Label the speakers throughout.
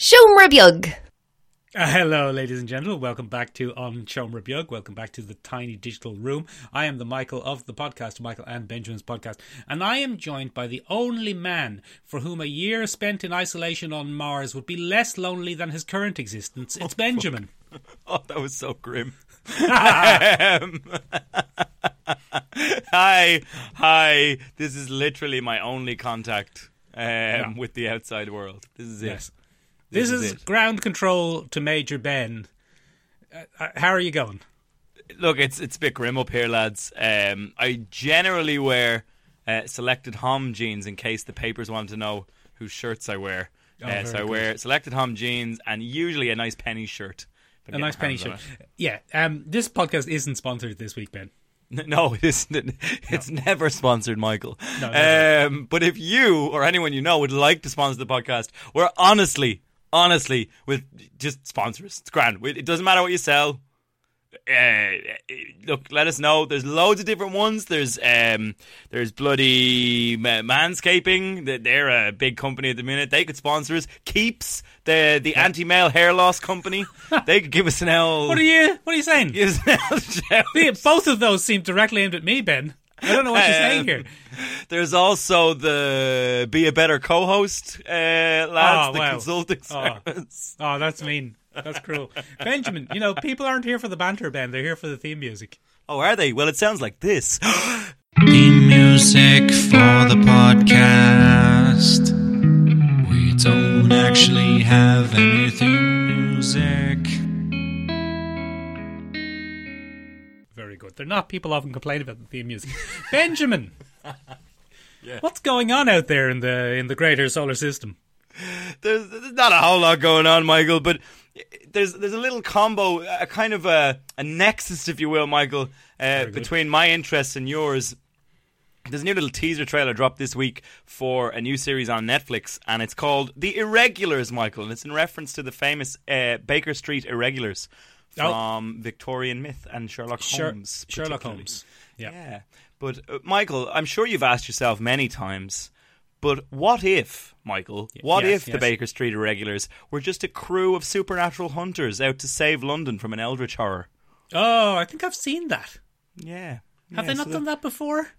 Speaker 1: Shomra Bjug.
Speaker 2: Uh, hello, ladies and gentlemen. Welcome back to On Chomra Bjug. Welcome back to the tiny digital room. I am the Michael of the podcast, Michael and Benjamin's podcast, and I am joined by the only man for whom a year spent in isolation on Mars would be less lonely than his current existence. It's Benjamin.
Speaker 3: Oh, that was so grim. Um, hi, hi. This is literally my only contact um, with the outside world. This is it.
Speaker 2: Yes. This,
Speaker 3: This
Speaker 2: is,
Speaker 3: is it.
Speaker 2: ground control to Major Ben. Uh, uh, how are you going?
Speaker 3: Look, it's it's a bit grim up here, lads. Um, I generally wear uh, selected hom jeans in case the papers want to know whose shirts I wear. uh,
Speaker 2: Oh, very
Speaker 3: so I
Speaker 2: good.
Speaker 3: wear selected hom jeans and usually a nice penny shirt. if
Speaker 2: A
Speaker 3: I get my
Speaker 2: nice penny
Speaker 3: hands on
Speaker 2: shirt.
Speaker 3: it.
Speaker 2: Yeah. Um, this podcast isn't sponsored this week, Ben.
Speaker 3: N- No, it isn't. It's never sponsored, Michael.
Speaker 2: never.
Speaker 3: Um, but if you or anyone you know would like to sponsor the podcast, we're honestly, honestly, with just sponsor us. It's grand. We- It doesn't matter what you sell. Uh, look, let us know. There's loads of different ones. There's um, there's bloody ma- manscaping. They- They're a big company at the minute. They could sponsor us. Keeps the the anti male hair loss company. they could give us an L.
Speaker 2: What are you? What are you saying?
Speaker 3: Give us an L shout.
Speaker 2: Yeah, Both of those seem directly aimed at me, Ben. I don't know what you're saying
Speaker 3: Um,
Speaker 2: here.
Speaker 3: There's also the be a better co-host, uh, lads,
Speaker 2: Oh,
Speaker 3: the
Speaker 2: wow.
Speaker 3: consulting
Speaker 2: Oh.
Speaker 3: service.
Speaker 2: Oh, that's mean. That's cruel. Benjamin, you know, people aren't here for the banter, Ben. They're here for the theme music.
Speaker 3: Oh, are they? Well, it sounds like this.
Speaker 4: Theme music for the podcast. We don't actually have anything music.
Speaker 2: Very good. They're not. People often complain about the theme music. Benjamin! What's going on out there in the in the greater solar system?
Speaker 3: there's, there's not a whole lot going on, Michael, but there's there's a little combo, a kind of a, a nexus, if you will, Michael, uh, between my interests and yours. There's a new little teaser trailer dropped this week for a new series on Netflix, and it's called The Irregulars, Michael, and it's in reference to the famous uh, Baker Street Irregulars
Speaker 2: Oh.
Speaker 3: from Victorian myth and Sherlock
Speaker 2: Sher-
Speaker 3: Holmes.
Speaker 2: Sherlock
Speaker 3: particularly.
Speaker 2: Holmes. Yeah.
Speaker 3: Yeah. But, uh, Michael, I'm sure you've asked yourself many times, but what if, Michael, what
Speaker 2: yes,
Speaker 3: if the
Speaker 2: yes.
Speaker 3: Baker Street Irregulars were just a crew of supernatural hunters out to save London from an eldritch horror?
Speaker 2: Oh, I think I've seen that.
Speaker 3: Yeah.
Speaker 2: Have they not done that before?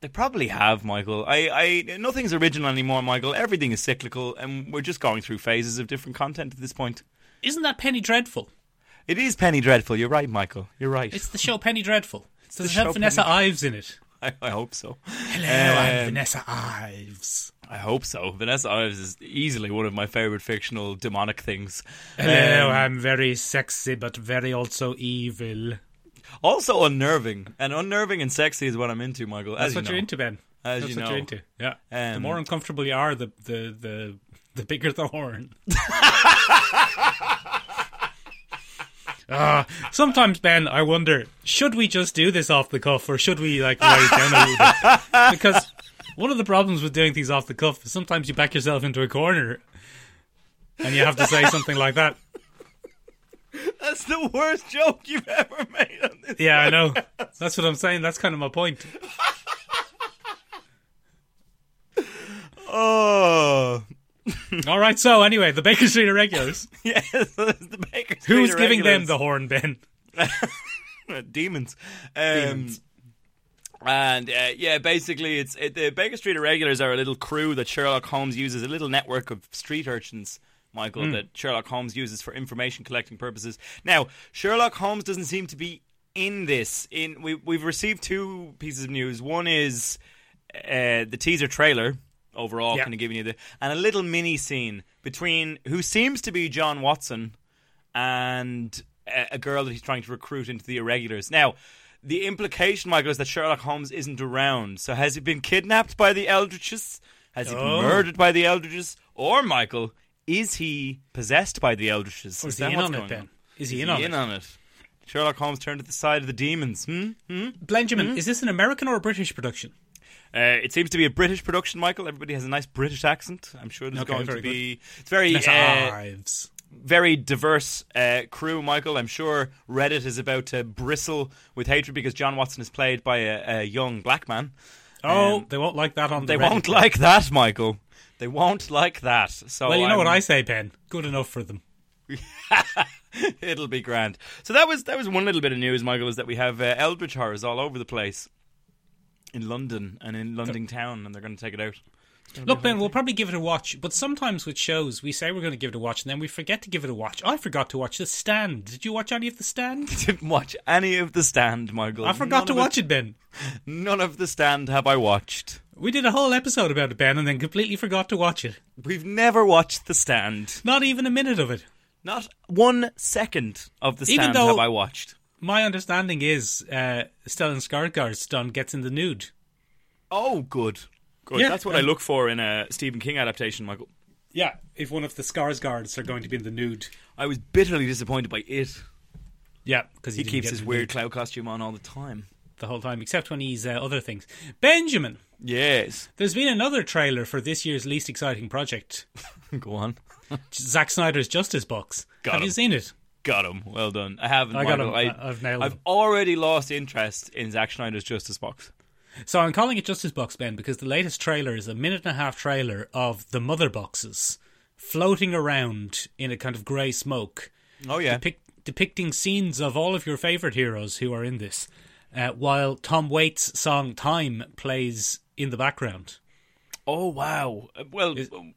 Speaker 3: They probably have, Michael. I, I, nothing's original anymore, Michael. Everything is cyclical, and we're just going through phases of different content at this point.
Speaker 2: Isn't that Penny Dreadful?
Speaker 3: It is Penny Dreadful. You're right, Michael. You're right.
Speaker 2: It's the show Penny Dreadful. Does it
Speaker 3: show
Speaker 2: have Vanessa Ives in it?
Speaker 3: I, I hope so. Um,
Speaker 2: Hello, I'm Vanessa Ives.
Speaker 3: I hope so. Vanessa Ives is easily one of my favorite fictional demonic things.
Speaker 2: Hello,
Speaker 3: Um,
Speaker 2: I'm very sexy, but very also evil.
Speaker 3: Also unnerving, and unnerving and sexy is what I'm into, Michael.
Speaker 2: That's
Speaker 3: as
Speaker 2: what
Speaker 3: you know.
Speaker 2: you're into, Ben.
Speaker 3: As
Speaker 2: That's
Speaker 3: you
Speaker 2: what
Speaker 3: know.
Speaker 2: you're into. Yeah. the
Speaker 3: Um,
Speaker 2: more uncomfortable you are, the the the, the bigger the horn. Ah, sometimes Ben, I wonder, should we just do this off the cuff, or should we like write it down a little bit? Because one of the problems with doing things off the cuff is sometimes you back yourself into a corner, and you have to say something like that.
Speaker 3: That's the worst joke you've ever made on this.
Speaker 2: Yeah, I know. That's what I'm saying. That's kind of my point.
Speaker 3: Oh,
Speaker 2: All right. So anyway, the Baker Street Irregulars.
Speaker 3: yes, the Baker Street
Speaker 2: Who's giving them
Speaker 3: Irregulars.
Speaker 2: the horn, Ben?
Speaker 3: demons. Um, And uh, yeah, basically, it's it, the Baker Street Irregulars are a little crew that Sherlock Holmes uses, a little network of street urchins, Michael,
Speaker 2: Hmm.
Speaker 3: that Sherlock Holmes uses for information collecting purposes. Now, Sherlock Holmes doesn't seem to be in this. In we we've received two pieces of news. One is uh, the teaser trailer overall,
Speaker 2: Yeah.
Speaker 3: kind of giving you the and a little mini scene between who seems to be John Watson and a, a girl that he's trying to recruit into the irregulars. Now, the implication, Michael, is that Sherlock Holmes isn't around. So has he been kidnapped by the Eldritches? Has he been
Speaker 2: Oh.
Speaker 3: murdered by the Eldritches? Or, Michael, is he possessed by the Eldritches?
Speaker 2: Or is he in on it, Ben? Is he in on
Speaker 3: in
Speaker 2: it?
Speaker 3: on it. Sherlock Holmes turned to the side of the demons. Hmm? Hmm?
Speaker 2: Benjamin, is this an American or a British production?
Speaker 3: Uh, it seems to be a British production, Michael. Everybody has a nice British accent. I'm sure there's
Speaker 2: Okay,
Speaker 3: going
Speaker 2: very
Speaker 3: to
Speaker 2: good. Ah.
Speaker 3: be. It's very
Speaker 2: Vanessa
Speaker 3: uh,
Speaker 2: Ives.
Speaker 3: very diverse uh, crew, Michael. I'm sure Reddit is about to bristle with hatred because John Watson is played by a, a young black man.
Speaker 2: Oh, they won't like that on.
Speaker 3: They
Speaker 2: the Reddit.
Speaker 3: won't like that, Michael. They won't like that. So
Speaker 2: well, you know
Speaker 3: I'm-
Speaker 2: what I say, Ben. Good enough for them.
Speaker 3: It'll be grand. So that was that was one little bit of news, Michael, is that we have uh, Eldritch horrors all over the place in London and in London town, and they're going to take it out.
Speaker 2: Look, Ben, we'll probably give it a watch, but sometimes with shows, we say we're going to give it a watch, and then we forget to give it a watch. I forgot to watch The Stand. Did you watch any of The Stand?
Speaker 3: Didn't watch any of the stand, Michael.
Speaker 2: I forgot to watch it, Ben.
Speaker 3: None of the stand have I watched.
Speaker 2: We did a whole episode about it, Ben, and then completely forgot to watch it.
Speaker 3: We've never watched the stand.
Speaker 2: Not even a minute of it.
Speaker 3: Not one second of the
Speaker 2: Even
Speaker 3: stand
Speaker 2: though-
Speaker 3: have I watched.
Speaker 2: My understanding is uh, Stellan Skarsgård's done gets in the nude.
Speaker 3: Oh, good. Good.
Speaker 2: Yeah,
Speaker 3: That's what I
Speaker 2: and-
Speaker 3: look for in a Stephen King adaptation, Michael.
Speaker 2: Yeah, if one of the Skarsgårds are going to be in the nude.
Speaker 3: I was bitterly disappointed by it.
Speaker 2: Yeah, because
Speaker 3: He
Speaker 2: didn't
Speaker 3: keeps
Speaker 2: get
Speaker 3: his
Speaker 2: in the
Speaker 3: weird
Speaker 2: nude
Speaker 3: cloud costume on all the time.
Speaker 2: the whole time, except when he's uh, other things. Benjamin,
Speaker 3: Yes.
Speaker 2: there's been another trailer for this year's least exciting project,
Speaker 3: Go on.
Speaker 2: Zack Snyder's Justice Box.
Speaker 3: Got
Speaker 2: Have
Speaker 3: him.
Speaker 2: you seen it?
Speaker 3: Got him. Well done. I haven't.
Speaker 2: I got
Speaker 3: Michael.
Speaker 2: him. I- I've nailed
Speaker 3: I've
Speaker 2: him.
Speaker 3: already lost interest in Zack Schneider's Justice Box.
Speaker 2: So I'm calling it Justice Box, Ben, because the latest trailer is a minute and a half trailer of the mother boxes floating around in a kind of grey smoke,
Speaker 3: Oh yeah.
Speaker 2: depic- depicting scenes of all of your favourite heroes who are in this, uh, while Tom Waits' song Time plays in the background.
Speaker 3: oh wow. Uh, Well, um,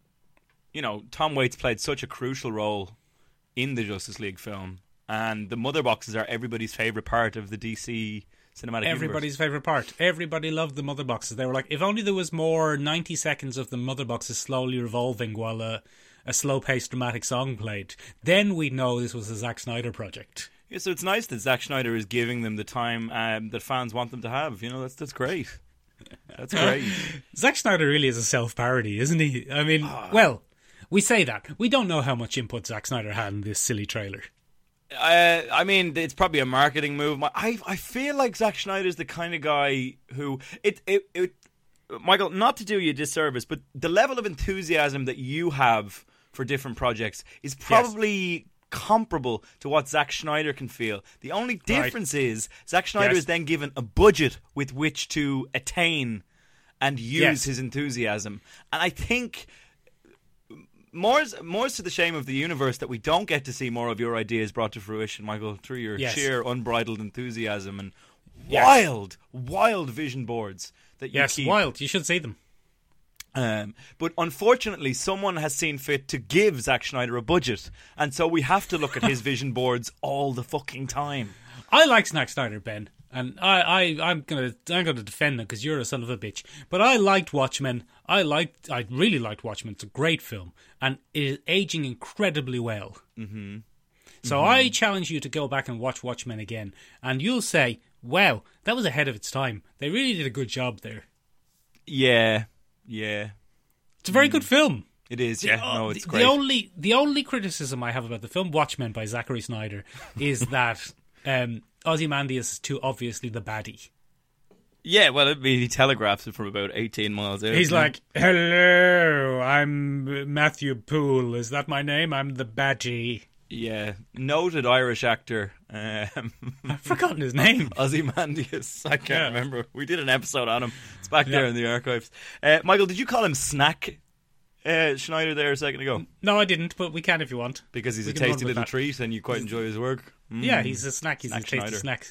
Speaker 3: you know, Tom Waits played such a crucial role in the Justice League film, and the mother boxes are everybody's favorite part of the DC cinematic
Speaker 2: Everybody's favourite part. Everybody loved the mother boxes. They were like, if only there was more 90 seconds of the mother boxes slowly revolving while a, a slow paced dramatic song played. Then we'd know this was a Zack Snyder project.
Speaker 3: universe. Yeah, so it's nice that Zack Schneider is giving them the time um, that fans want them to have. You know, that's that's great. That's great.
Speaker 2: Zack Snyder really is a self parody, isn't he? I mean, well, we say that. We don't know how much input Zack Snyder had in this silly trailer.
Speaker 3: Uh, I mean, it's probably a marketing move. My- I I feel like Zack Schneider's the kind of guy who it it, it Michael, not to do you a disservice, but the level of enthusiasm that you have for different projects is probably comparable to what Zack Schneider can feel. The only difference is Zack Schneider
Speaker 2: Yes.
Speaker 3: is then given a budget with which to attain and use
Speaker 2: Yes.
Speaker 3: his enthusiasm. And I think more's more's to the shame of the universe that we don't get to see more of your ideas brought to fruition, Michael, through your
Speaker 2: Yes.
Speaker 3: sheer unbridled enthusiasm and
Speaker 2: Yes.
Speaker 3: wild, wild vision boards that you
Speaker 2: Yes,
Speaker 3: keep.
Speaker 2: wild. You should see them.
Speaker 3: Um, but unfortunately, someone has seen fit to give Zack Schneider a budget, and so we have to look at his vision boards all the fucking time.
Speaker 2: I like Zack Snyder, Ben, and I, I, I'm gonna, I'm gonna defend them because you're a son of a bitch. But I liked Watchmen. I liked, I really liked Watchmen. It's a great film, and it is aging incredibly well. Mm-hmm. So
Speaker 3: Mm-hmm.
Speaker 2: I challenge you to go back and watch Watchmen again, and you'll say, "Wow, that was ahead of its time. They really did a good job there.
Speaker 3: Yeah, yeah,
Speaker 2: It's a very good film."
Speaker 3: it is. Mm. Yeah,
Speaker 2: Oh,
Speaker 3: no,
Speaker 2: the-
Speaker 3: it's
Speaker 2: the,
Speaker 3: great.
Speaker 2: only the only criticism I have about the film Watchmen by Zachary Snyder is that um, Ozymandias is too obviously the baddie.
Speaker 3: yeah, well, it, he telegraphs it from about eighteen miles out.
Speaker 2: He's like, "Hello, I'm Matthew Poole. Is that my name? I'm the badgie.
Speaker 3: yeah, noted Irish actor. Um,
Speaker 2: I've forgotten his name."
Speaker 3: Ozymandias. I can't
Speaker 2: Yeah.
Speaker 3: remember. We did an episode on him. It's back there in the archives. Uh, Michael, did you call him Snack uh, Schneider there a second ago?
Speaker 2: No, I didn't, but we can if you want.
Speaker 3: Because
Speaker 2: Mm.
Speaker 3: he's
Speaker 2: We
Speaker 3: a
Speaker 2: can run
Speaker 3: tasty
Speaker 2: with
Speaker 3: little
Speaker 2: that.
Speaker 3: treat and you quite enjoy his work. Mm.
Speaker 2: Yeah, he's a snack. He's
Speaker 3: Snack
Speaker 2: a tasty
Speaker 3: Snyder.
Speaker 2: snack,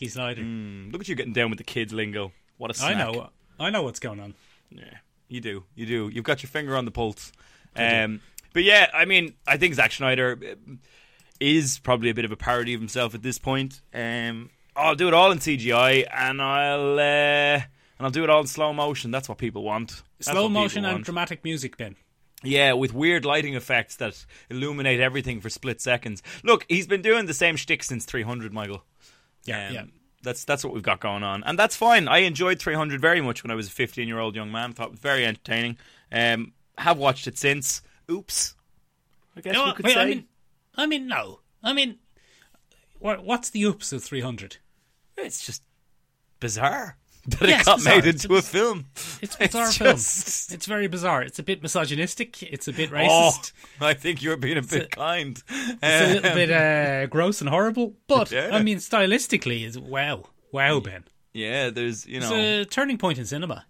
Speaker 2: snacky Snyder.
Speaker 3: Mm. Look at you getting down with the kids lingo. What a snack.
Speaker 2: I know, I know what's going on.
Speaker 3: Yeah, you do. You do. You've got your finger on the pulse. Um, but yeah, I mean, I think Zack Schneider uh, is probably a bit of a parody of himself at this point. Um, I'll do it all in CGI, and I'll uh, and I'll do it all in slow motion. That's what people want. That's
Speaker 2: Slow
Speaker 3: what people
Speaker 2: motion and
Speaker 3: want.
Speaker 2: dramatic music, Ben.
Speaker 3: Yeah, with weird lighting effects that illuminate everything for split seconds. Look, he's been doing the same shtick since 300, Michael.
Speaker 2: Yeah,
Speaker 3: Um,
Speaker 2: yeah.
Speaker 3: That's that's what we've got going on, and that's fine. I enjoyed 300 very much when I was a 15 year old young man. Thought it was very entertaining. Um, have watched it since. Oops. I guess
Speaker 2: No,
Speaker 3: we could
Speaker 2: wait,
Speaker 3: say.
Speaker 2: I mean, I mean, no, I mean, what, what's the oops of three hundred?
Speaker 3: it's just bizarre that
Speaker 2: Yeah,
Speaker 3: it
Speaker 2: it's
Speaker 3: got
Speaker 2: bizarre.
Speaker 3: made
Speaker 2: It's
Speaker 3: into a film.
Speaker 2: It's bizarre
Speaker 3: It's
Speaker 2: film.
Speaker 3: just-
Speaker 2: It's very bizarre. It's a bit misogynistic. It's a bit
Speaker 3: Oh,
Speaker 2: racist.
Speaker 3: I think you're being a bit kind.
Speaker 2: It's a
Speaker 3: Um,
Speaker 2: little bit uh, gross and horrible, but
Speaker 3: Yeah. Mm.
Speaker 2: I mean, stylistically, is wow, wow, Ben.
Speaker 3: yeah, there's you know.
Speaker 2: It's a turning point in cinema.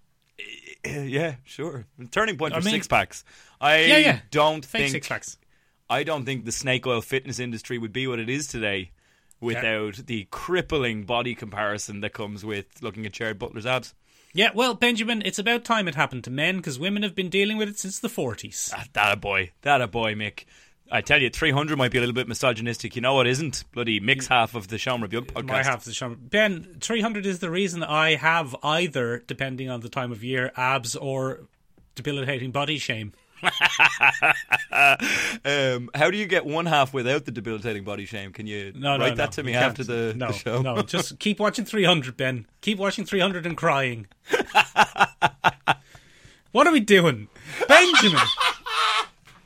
Speaker 3: yeah, sure. Turning point
Speaker 2: I
Speaker 3: for
Speaker 2: mean-
Speaker 3: six packs. I
Speaker 2: Yeah, yeah.
Speaker 3: don't
Speaker 2: Fake
Speaker 3: think
Speaker 2: six packs.
Speaker 3: I don't think the snake oil fitness industry would be what it is today without the crippling body comparison that comes with looking at Jared Butler's abs.
Speaker 2: Yeah, well, Benjamin, it's about time it happened to men because women have been dealing with it since the 40s.
Speaker 3: Ah, That a boy. That a boy, Mick. I tell you, 300 might be a little bit misogynistic. You know what isn't? Bloody mix half of the Sean Rebuke podcast.
Speaker 2: My half of the genre. Ben, 300 is the reason I have either, depending on the time of year, abs or debilitating body shame.
Speaker 3: Um, how do you get one half without the debilitating body shame? Can you
Speaker 2: No, no,
Speaker 3: write
Speaker 2: no,
Speaker 3: that to me
Speaker 2: you can't.
Speaker 3: after the,
Speaker 2: no,
Speaker 3: the show?
Speaker 2: no, just keep watching 300, Ben. Keep watching 300 and crying. what are we doing? Benjamin!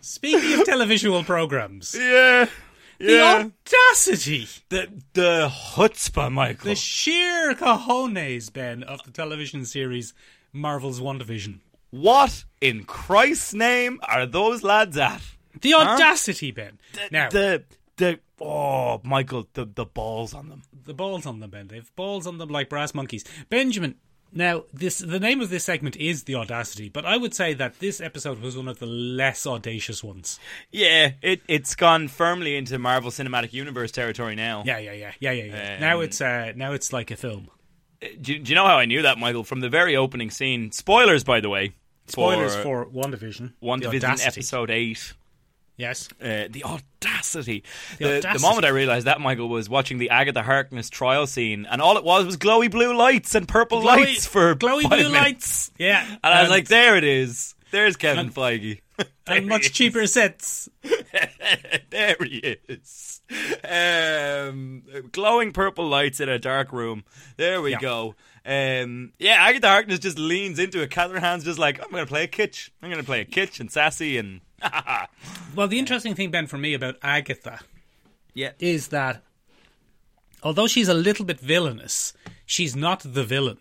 Speaker 2: Speaking of televisual programs,
Speaker 3: Yeah. Yeah.
Speaker 2: the audacity!
Speaker 3: The, the chutzpah, Michael.
Speaker 2: The sheer cojones, Ben, of the television series Marvel's WandaVision.
Speaker 3: what in Christ's name are those lads at?
Speaker 2: The audacity, Ben. now, the,
Speaker 3: The, the, oh, Michael, the, the balls on them.
Speaker 2: balls on them, Ben. They've balls on them like brass monkeys. Benjamin, now, this the name of this segment is The Audacity, but I would say that this episode was one of the less audacious ones.
Speaker 3: Yeah, it, it's gone firmly into Marvel Cinematic Universe territory now.
Speaker 2: Yeah, yeah, yeah. Yeah, yeah, yeah.
Speaker 3: Um,
Speaker 2: now it's uh, now it's like a film.
Speaker 3: Do, you- do you know how I knew that, Michael? From the very opening scene. Spoilers, by the way.
Speaker 2: Spoilers for, WandaVision.
Speaker 3: One
Speaker 2: The
Speaker 3: Division
Speaker 2: Audacity.
Speaker 3: episode eight.
Speaker 2: Yes.
Speaker 3: Uh, the audacity. The,
Speaker 2: audacity.
Speaker 3: the moment I realised that, Michael, was watching the Agatha Harkness trial scene, and all it was was glowy blue lights and purple
Speaker 2: Glowy-
Speaker 3: lights for
Speaker 2: glowy
Speaker 3: five
Speaker 2: blue
Speaker 3: minutes.
Speaker 2: lights. Yeah.
Speaker 3: And I was like, there it is. There's Kevin Feige.
Speaker 2: and much cheaper sets.
Speaker 3: there he is. Um, glowing purple lights in a dark room. There we
Speaker 2: Yeah.
Speaker 3: go. Um, yeah, Agatha Harkness just leans into it. Catherine Hand's just like, I'm going to play a kitsch. I'm going to play a kitsch and sassy and.
Speaker 2: Well, the interesting thing, Ben, for me about Agatha
Speaker 3: Yeah.
Speaker 2: is that although she's a little bit villainous, she's not the villain.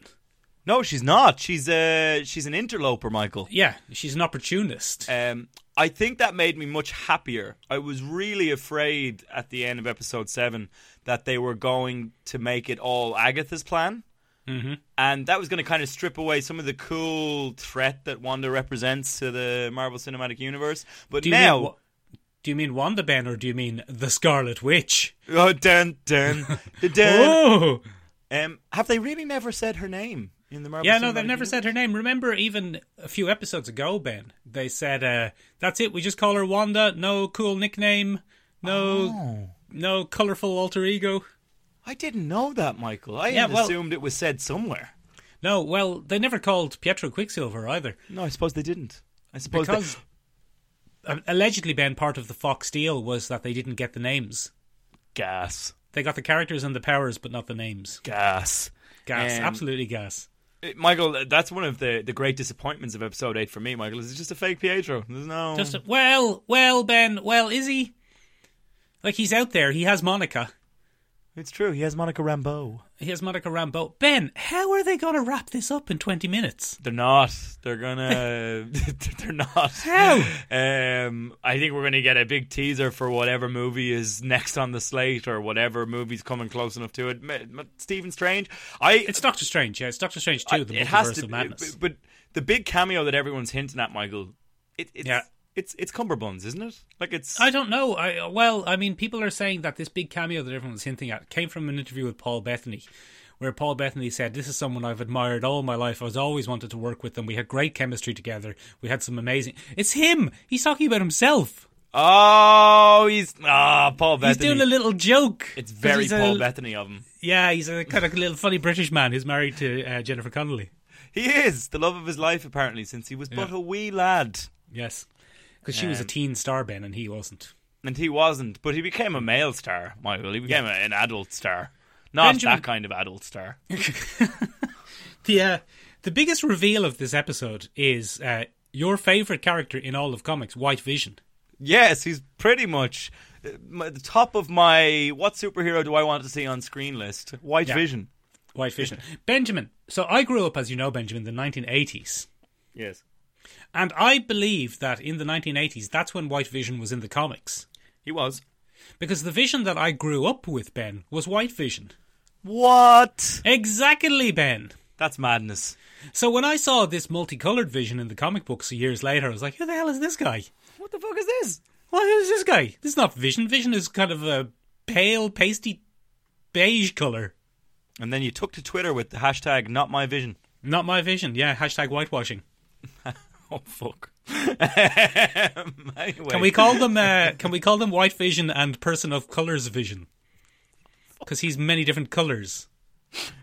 Speaker 3: No, she's not. She's uh, she's an interloper, Michael.
Speaker 2: Yeah, she's an opportunist.
Speaker 3: Um, I think that made me much happier. I was really afraid at the end of episode seven that they were going to make it all Agatha's plan.
Speaker 2: Mm-hmm.
Speaker 3: And that was going to kind of strip away some of the cool threat that Wanda represents to the Marvel Cinematic Universe. But
Speaker 2: do you
Speaker 3: now,
Speaker 2: mean, Wa- do you mean Wanda Ben or do you mean the Scarlet Witch?
Speaker 3: oh, dun, dun, dun, dun.
Speaker 2: Oh,
Speaker 3: Um, have they really never said her name in the Marvel?
Speaker 2: yeah,
Speaker 3: Cinematic
Speaker 2: no, they've never
Speaker 3: Universe?
Speaker 2: said her name. Remember, even a few episodes ago, Ben, they said, uh, "That's it. We just call her Wanda. No cool nickname.
Speaker 3: Ah.
Speaker 2: No, no colorful alter ego."
Speaker 3: I didn't know that, Michael. I
Speaker 2: Yeah,
Speaker 3: had
Speaker 2: well-
Speaker 3: assumed it was said somewhere.
Speaker 2: No, well, they never called Pietro Quicksilver either.
Speaker 3: No, I suppose they didn't. I suppose they-
Speaker 2: because uh, allegedly Ben part of the Fox deal was that they didn't get the names.
Speaker 3: gas,
Speaker 2: They got the characters and the powers, but not the names.
Speaker 3: gas,
Speaker 2: Gas,
Speaker 3: Um,
Speaker 2: absolutely gas.
Speaker 3: Uh, Michael, uh, that's one of the, the great disappointments of episode eight for me. Michael, is it's just a fake Pietro. There's no
Speaker 2: Just well, well, Ben, well, is he? Like he's out there. He has Monica.
Speaker 3: It's true. He has Monica Rambeau.
Speaker 2: He has Monica Rambeau. Ben, how are they going to wrap this up in twenty minutes?
Speaker 3: They're not. They're gonna. they're not.
Speaker 2: How?
Speaker 3: Um, I think we're gonna get a big teaser for whatever movie is next on the slate or whatever movie's coming close enough to it. Ma- ma- Stephen Strange. I.
Speaker 2: It's Doctor Strange. Yeah, it's Doctor Strange too. the multiverse
Speaker 3: it has to.
Speaker 2: of madness.
Speaker 3: But, but the big cameo that everyone's hinting at, Michael. It, it's,
Speaker 2: Yeah.
Speaker 3: It's it's cummerbunds, isn't it? Like it's.
Speaker 2: I don't know. I well, I mean, people are saying that this big cameo that everyone's hinting at came from an interview with Paul Bethany, where Paul Bethany said, "This is someone I've admired all my life. I was always wanted to work with them. We had great chemistry together. We had some amazing." It's him. He's talking about himself.
Speaker 3: oh, he's ah Paul Bethany.
Speaker 2: He's doing a little joke.
Speaker 3: It's very
Speaker 2: He's a-
Speaker 3: Paul Bethany of him.
Speaker 2: Yeah, he's a kind of little funny British man who's married to uh, Jennifer Connelly.
Speaker 3: He is the love of his life, apparently, since he was but a wee lad.
Speaker 2: Yes, because she was a teen star, Ben, and he wasn't.
Speaker 3: And he wasn't, but he became a male star, Michael. He became a, an adult star. Not
Speaker 2: Benjamin-
Speaker 3: that kind of adult star.
Speaker 2: The uh, the biggest reveal of this episode is uh, your favorite character in all of comics, White Vision.
Speaker 3: yes, he's pretty much uh, my, the top of my what superhero do I want to see on screen list? White Vision.
Speaker 2: White Vision. Benjamin. So I grew up, as you know, Benjamin, in the 1980s.
Speaker 3: Yes.
Speaker 2: And I believe that in the 1980s, that's when White Vision was in the comics.
Speaker 3: He was.
Speaker 2: Because the vision that I grew up with, Ben, was White Vision.
Speaker 3: What?
Speaker 2: Exactly, Ben.
Speaker 3: That's madness.
Speaker 2: So when I saw this multicolored vision in the comic books years later, I was like, who the hell is this guy?
Speaker 3: What the fuck is this?
Speaker 2: Well, who's this guy? This is not Vision. Vision is kind of a pale, pasty beige color.
Speaker 3: And then you took to Twitter with the hashtag not my vision.
Speaker 2: Not my vision. Yeah, hashtag whitewashing.
Speaker 3: Oh fuck. Um, anyway.
Speaker 2: Can we call them? Uh, can we call them white vision and person of colors vision? Because he's many different colors.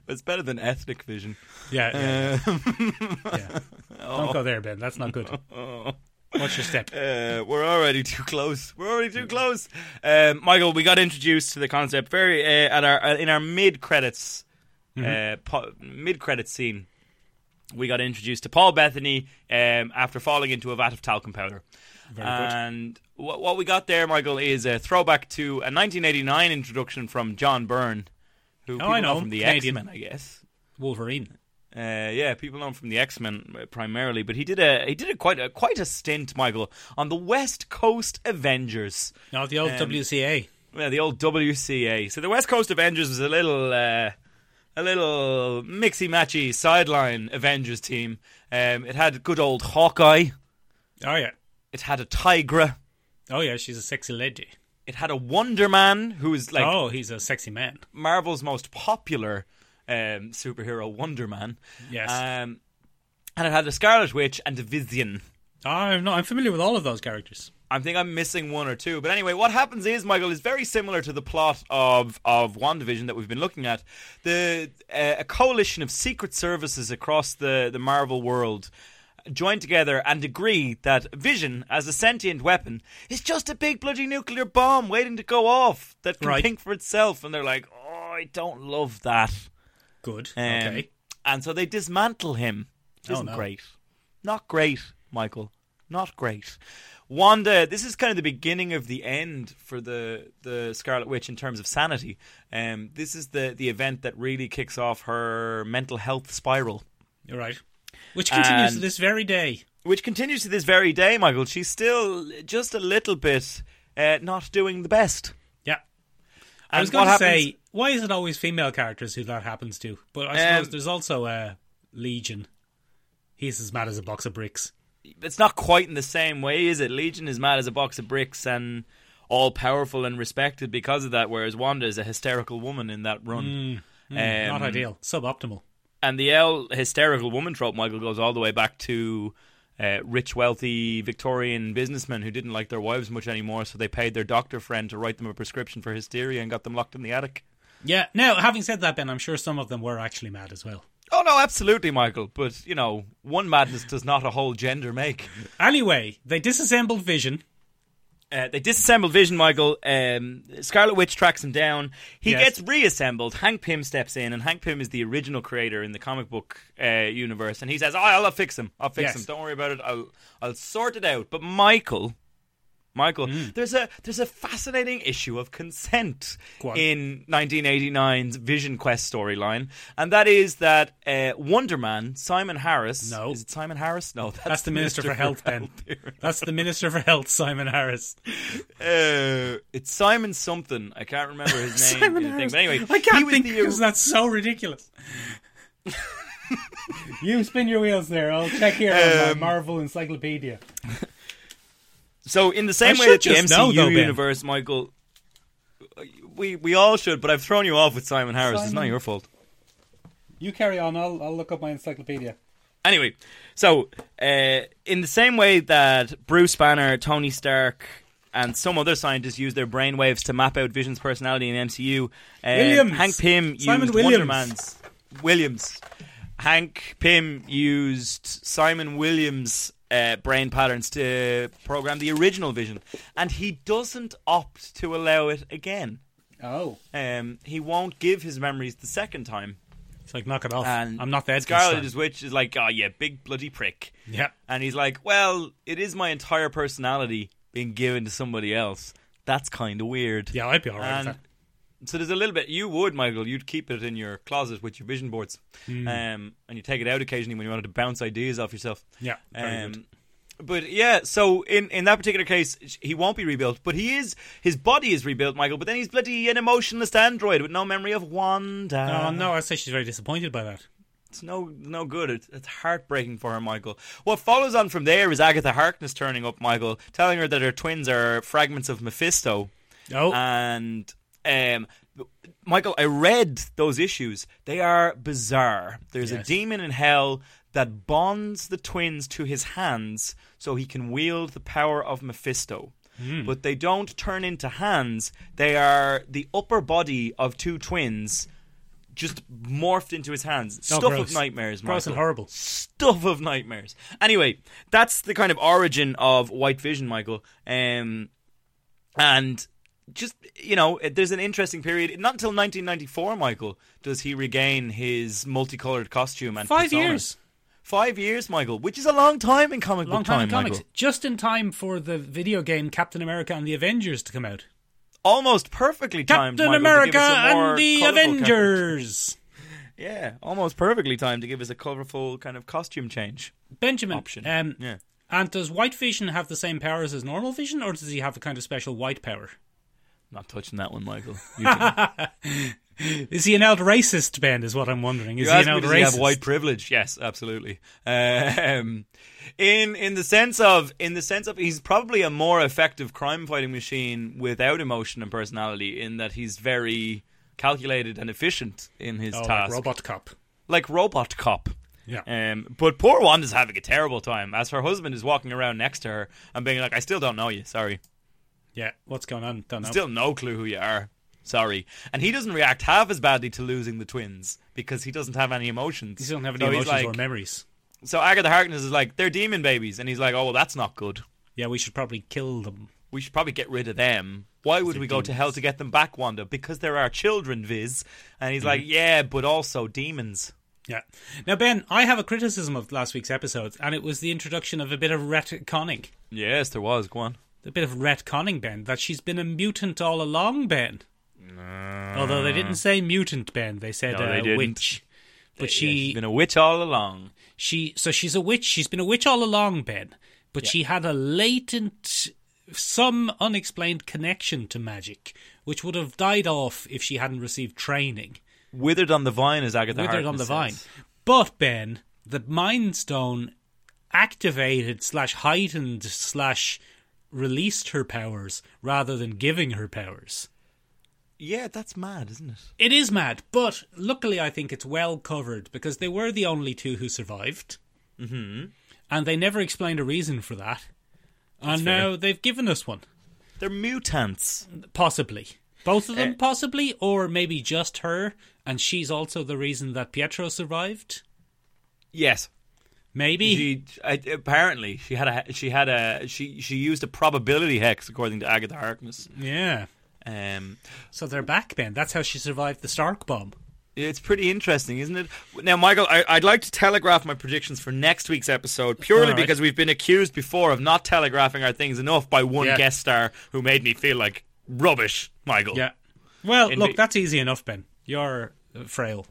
Speaker 3: It's better than ethnic vision.
Speaker 2: Yeah, yeah.
Speaker 3: Um.
Speaker 2: yeah. Don't go there, Ben. That's not good. What's your step?
Speaker 3: Uh, we're already too close. We're already too close. Um, Michael, we got introduced to the concept very uh, at our uh, in our mid credits, uh,
Speaker 2: Mm-hmm.
Speaker 3: po- mid credit scene. We got introduced to Paul Bethany um, after falling into a vat of talcum powder.
Speaker 2: Very good.
Speaker 3: and what, what we got there, Michael, is a throwback to a 1989 introduction from John Byrne, who people
Speaker 2: Oh, I know.
Speaker 3: from the X
Speaker 2: Canadian.
Speaker 3: Men, I guess.
Speaker 2: Wolverine.
Speaker 3: Uh, yeah, people know him from the X Men primarily, but he did a he did a quite a quite a stint, Michael, on the West Coast Avengers.
Speaker 2: Not the old
Speaker 3: Um,
Speaker 2: WCA.
Speaker 3: Yeah, the old WCA. So the West Coast Avengers was a little, uh, a little mixy matchy sideline Avengers team. Um, it had good old Hawkeye.
Speaker 2: Oh yeah.
Speaker 3: It had a Tigra.
Speaker 2: Oh yeah. She's a sexy lady.
Speaker 3: It had a Wonder Man, who is like
Speaker 2: oh, he's a sexy man.
Speaker 3: Marvel's most popular um, superhero, Wonder Man.
Speaker 2: Yes.
Speaker 3: Um, and it had a Scarlet Witch and a Vision.
Speaker 2: I'm not. I'm familiar with all of those characters.
Speaker 3: I think I'm missing one or two. But anyway, what happens is, Michael, is very similar to the plot of, of WandaVision that we've been looking at. The uh, A coalition of secret services across the, the Marvel world join together and agree that Vision, as a sentient weapon, is just a big bloody nuclear bomb waiting to go off that can
Speaker 2: Right.
Speaker 3: think for itself. And they're like, oh, I don't love that.
Speaker 2: Good.
Speaker 3: Um,
Speaker 2: okay.
Speaker 3: And so they dismantle him.
Speaker 2: Oh,
Speaker 3: Isn't
Speaker 2: no.
Speaker 3: great. Not great, Michael. Not great. Wanda, this is kind of the beginning of the end for the the Scarlet Witch in terms of sanity. Um, this is the the event that really kicks off her mental health spiral,
Speaker 2: You're right. Which continues to
Speaker 3: and-
Speaker 2: this very day.
Speaker 3: which continues to this very day. Michael, she's still just a little bit uh, not doing the best.
Speaker 2: Yeah. I was
Speaker 3: And
Speaker 2: going
Speaker 3: what
Speaker 2: to
Speaker 3: happens-
Speaker 2: say, why is it always female characters who that happens to? But I suppose
Speaker 3: Um,
Speaker 2: there's also uh, Legion. He's as mad as a box of bricks.
Speaker 3: it's not quite in the same way, is it? Legion is mad as a box of bricks and all powerful and respected because of that, whereas Wanda is a hysterical woman in that run. Um,
Speaker 2: Not ideal. Suboptimal.
Speaker 3: And the L hysterical woman trope, Michael, goes all the way back to uh, rich, wealthy Victorian businessmen who didn't like their wives much anymore, so they paid their doctor friend to write them a prescription for hysteria and got them locked in the attic.
Speaker 2: Yeah. Now, having said that, Ben, I'm sure some of them were actually mad as well.
Speaker 3: Oh, no, absolutely, Michael. But, you know, one madness does not a whole gender make.
Speaker 2: Anyway, they disassembled Vision.
Speaker 3: Uh, they disassemble Vision, Michael. Um, Scarlet Witch tracks him down. He
Speaker 2: Yes.
Speaker 3: gets reassembled. Hank Pym steps in, and Hank Pym is the original creator in the comic book uh, universe. And he says, oh, I'll fix him. I'll fix
Speaker 2: Yes.
Speaker 3: him. Don't worry about it. I'll, I'll sort it out. But Michael. Michael,
Speaker 2: Mm.
Speaker 3: there's a there's a fascinating issue of consent
Speaker 2: Go on.
Speaker 3: in 1989's Vision Quest storyline, and that is that uh, Wonder Man Simon Harris.
Speaker 2: No.
Speaker 3: is it Simon Harris? No, that's,
Speaker 2: That's the Minister for Health, Ben.
Speaker 3: Health.
Speaker 2: That's the Minister for Health, Simon Harris.
Speaker 3: Uh, it's Simon something. I can't remember his name.
Speaker 2: Simon
Speaker 3: in the thing.
Speaker 2: Harris.
Speaker 3: But anyway,
Speaker 2: I
Speaker 3: he
Speaker 2: can't
Speaker 3: was
Speaker 2: think
Speaker 3: the-
Speaker 2: because that's so ridiculous. you spin your wheels there. I'll check here on
Speaker 3: Um,
Speaker 2: my Marvel encyclopedia.
Speaker 3: so in the same
Speaker 2: I
Speaker 3: way
Speaker 2: should
Speaker 3: that the MCU
Speaker 2: just know, though, Ben.
Speaker 3: universe, Michael, we we all should. But I've thrown you off with Simon Harris. It's not
Speaker 2: Simon-
Speaker 3: your fault.
Speaker 2: You carry on. I'll, I'll look up my encyclopedia.
Speaker 3: Anyway, so uh, in the same way that Bruce Banner, Tony Stark, and some other scientists use their brainwaves to map out Vision's personality in MCU, um,
Speaker 2: Williams.
Speaker 3: Hank Pym
Speaker 2: Simon
Speaker 3: used Wonder
Speaker 2: Williams.
Speaker 3: Man's Williams. Hank Pym used Simon Williams' uh, brain patterns to program the original Vision, and he doesn't opt to allow it again.
Speaker 2: Oh.
Speaker 3: Um, he won't give his memories the second time.
Speaker 2: It's like, knock it off.
Speaker 3: And
Speaker 2: I'm not that
Speaker 3: Scarlet is which is like, oh yeah, big bloody prick.
Speaker 2: Yeah.
Speaker 3: And he's like, well, it is my entire personality being given to somebody else. That's kind of weird.
Speaker 2: Yeah, I'd be all right with
Speaker 3: And so there's a little bit you would, Michael. You'd keep it in your closet with your vision boards,
Speaker 2: Hmm.
Speaker 3: um, and you take it out occasionally when you wanted to bounce ideas off yourself. Um,
Speaker 2: Yeah, very good.
Speaker 3: But yeah, so in in that particular case, sh- he won't be rebuilt. But he is his body is rebuilt, Michael. But then he's bloody an emotionless android with no memory of Wanda.
Speaker 2: that. Oh, no, I say she's very disappointed by that.
Speaker 3: It's no no good. It's, it's heartbreaking for her, Michael. What follows on from there is Agatha Harkness turning up, Michael, telling her that her twins are fragments of Mephisto.
Speaker 2: Oh,
Speaker 3: And um, Michael, I read those issues. They are bizarre. There's a
Speaker 2: Yes.
Speaker 3: demon in hell that bonds the twins to his hands so he can wield the power of Mephisto.
Speaker 2: Hmm.
Speaker 3: But they don't turn into hands. They are the upper body of two twins just morphed into his hands.
Speaker 2: Oh,
Speaker 3: Stuff
Speaker 2: gross.
Speaker 3: of nightmares,
Speaker 2: gross
Speaker 3: Michael
Speaker 2: and horrible.
Speaker 3: stuff of nightmares. Anyway, that's the kind of origin of White Vision, Michael. Um, and just you know, it- there's an interesting period. Not until 1994, Michael, does he regain his multicolored costume and
Speaker 2: Five
Speaker 3: persona.
Speaker 2: years,
Speaker 3: Five years, Michael, which is a long time in comic
Speaker 2: long
Speaker 3: book
Speaker 2: time, in comics,
Speaker 3: Michael.
Speaker 2: just in time for the video game Captain America and the Avengers to come out.
Speaker 3: Almost perfectly timed.
Speaker 2: Captain
Speaker 3: Michael, to
Speaker 2: America
Speaker 3: give us a more
Speaker 2: and the
Speaker 3: colourful character.
Speaker 2: Avengers.
Speaker 3: Yeah, almost perfectly timed to give us a colorful kind of costume change
Speaker 2: Benjamin,
Speaker 3: option.
Speaker 2: um,
Speaker 3: yeah.
Speaker 2: and does White Vision have the same powers as normal Vision, or does he have a kind of special white power?
Speaker 3: Not touching that one, Michael. You can
Speaker 2: Is he an old racist, Ben? Is what I'm wondering. Is
Speaker 3: You
Speaker 2: he
Speaker 3: ask
Speaker 2: an
Speaker 3: me,
Speaker 2: old
Speaker 3: does
Speaker 2: racist?
Speaker 3: he have white privilege? Yes, absolutely. Um, in in the sense of in the sense of he's probably a more effective crime fighting machine without emotion and personality, in that he's very calculated and efficient in his
Speaker 2: oh, like
Speaker 3: task,
Speaker 2: robot cop.
Speaker 3: like Robot Cop.
Speaker 2: Yeah.
Speaker 3: Um, but poor Wanda's having a terrible time as her husband is walking around next to her and being like, "I still don't know you. Sorry."
Speaker 2: yeah. What's going on? Don't know.
Speaker 3: Still no clue who you are. Sorry. And he doesn't react half as badly to losing the twins because he doesn't have any emotions.
Speaker 2: he doesn't have any
Speaker 3: So he's
Speaker 2: emotions or
Speaker 3: like-
Speaker 2: memories.
Speaker 3: So Agatha Harkness is like, they're demon babies. And he's like, oh, well, that's not good.
Speaker 2: Yeah, we should probably kill them.
Speaker 3: We should probably get rid of them. Why would we go to hell to get them back, Wanda? Because there are children, Viz. And he's like, yeah, but also demons.
Speaker 2: Yeah. Now, Ben, I have a criticism of last week's episode, and it was the introduction of a bit of retconning.
Speaker 3: Yes, there was. Go on.
Speaker 2: A bit of retconning, Ben, that she's been a mutant all along, Ben. Although they didn't say mutant, Ben, they said
Speaker 3: Ah. No,
Speaker 2: uh,
Speaker 3: they didn't.
Speaker 2: witch. But
Speaker 3: She's
Speaker 2: she,
Speaker 3: been a witch all along.
Speaker 2: she, so she's a witch. She's been a witch all along, Ben. But she had a latent, some unexplained connection to magic, which would have died off if she hadn't received training.
Speaker 3: Withered on the vine, as Agatha
Speaker 2: withered
Speaker 3: Harkness
Speaker 2: on the
Speaker 3: says.
Speaker 2: vine. But Ben, the Mind Stone activated slash heightened slash released her powers rather than giving her powers.
Speaker 3: Yeah, that's mad, isn't it?
Speaker 2: It is mad, but luckily I think it's well covered because they were the only two who survived. Mm-hmm. And they never explained a reason for that. and
Speaker 3: fair.
Speaker 2: now they've given us one.
Speaker 3: They're mutants.
Speaker 2: Possibly. Both of them,
Speaker 3: Eh.
Speaker 2: possibly, or maybe just her, and she's also the reason that Pietro survived.
Speaker 3: Yes.
Speaker 2: Maybe.
Speaker 3: She I, apparently she had a she had a she she used a probability hex according to Agatha Harkness.
Speaker 2: yeah.
Speaker 3: Um,
Speaker 2: So they're back, Ben. That's how she survived the Stark bomb.
Speaker 3: It's pretty interesting, isn't it? Now, Michael, I, I'd like to telegraph my predictions for next week's episode purely
Speaker 2: All right.
Speaker 3: because we've been accused before of not telegraphing our things enough by one
Speaker 2: Yeah.
Speaker 3: guest star who made me feel like rubbish, Michael.
Speaker 2: Well,
Speaker 3: Indeed.
Speaker 2: look, that's easy enough, Ben. You're uh, frail.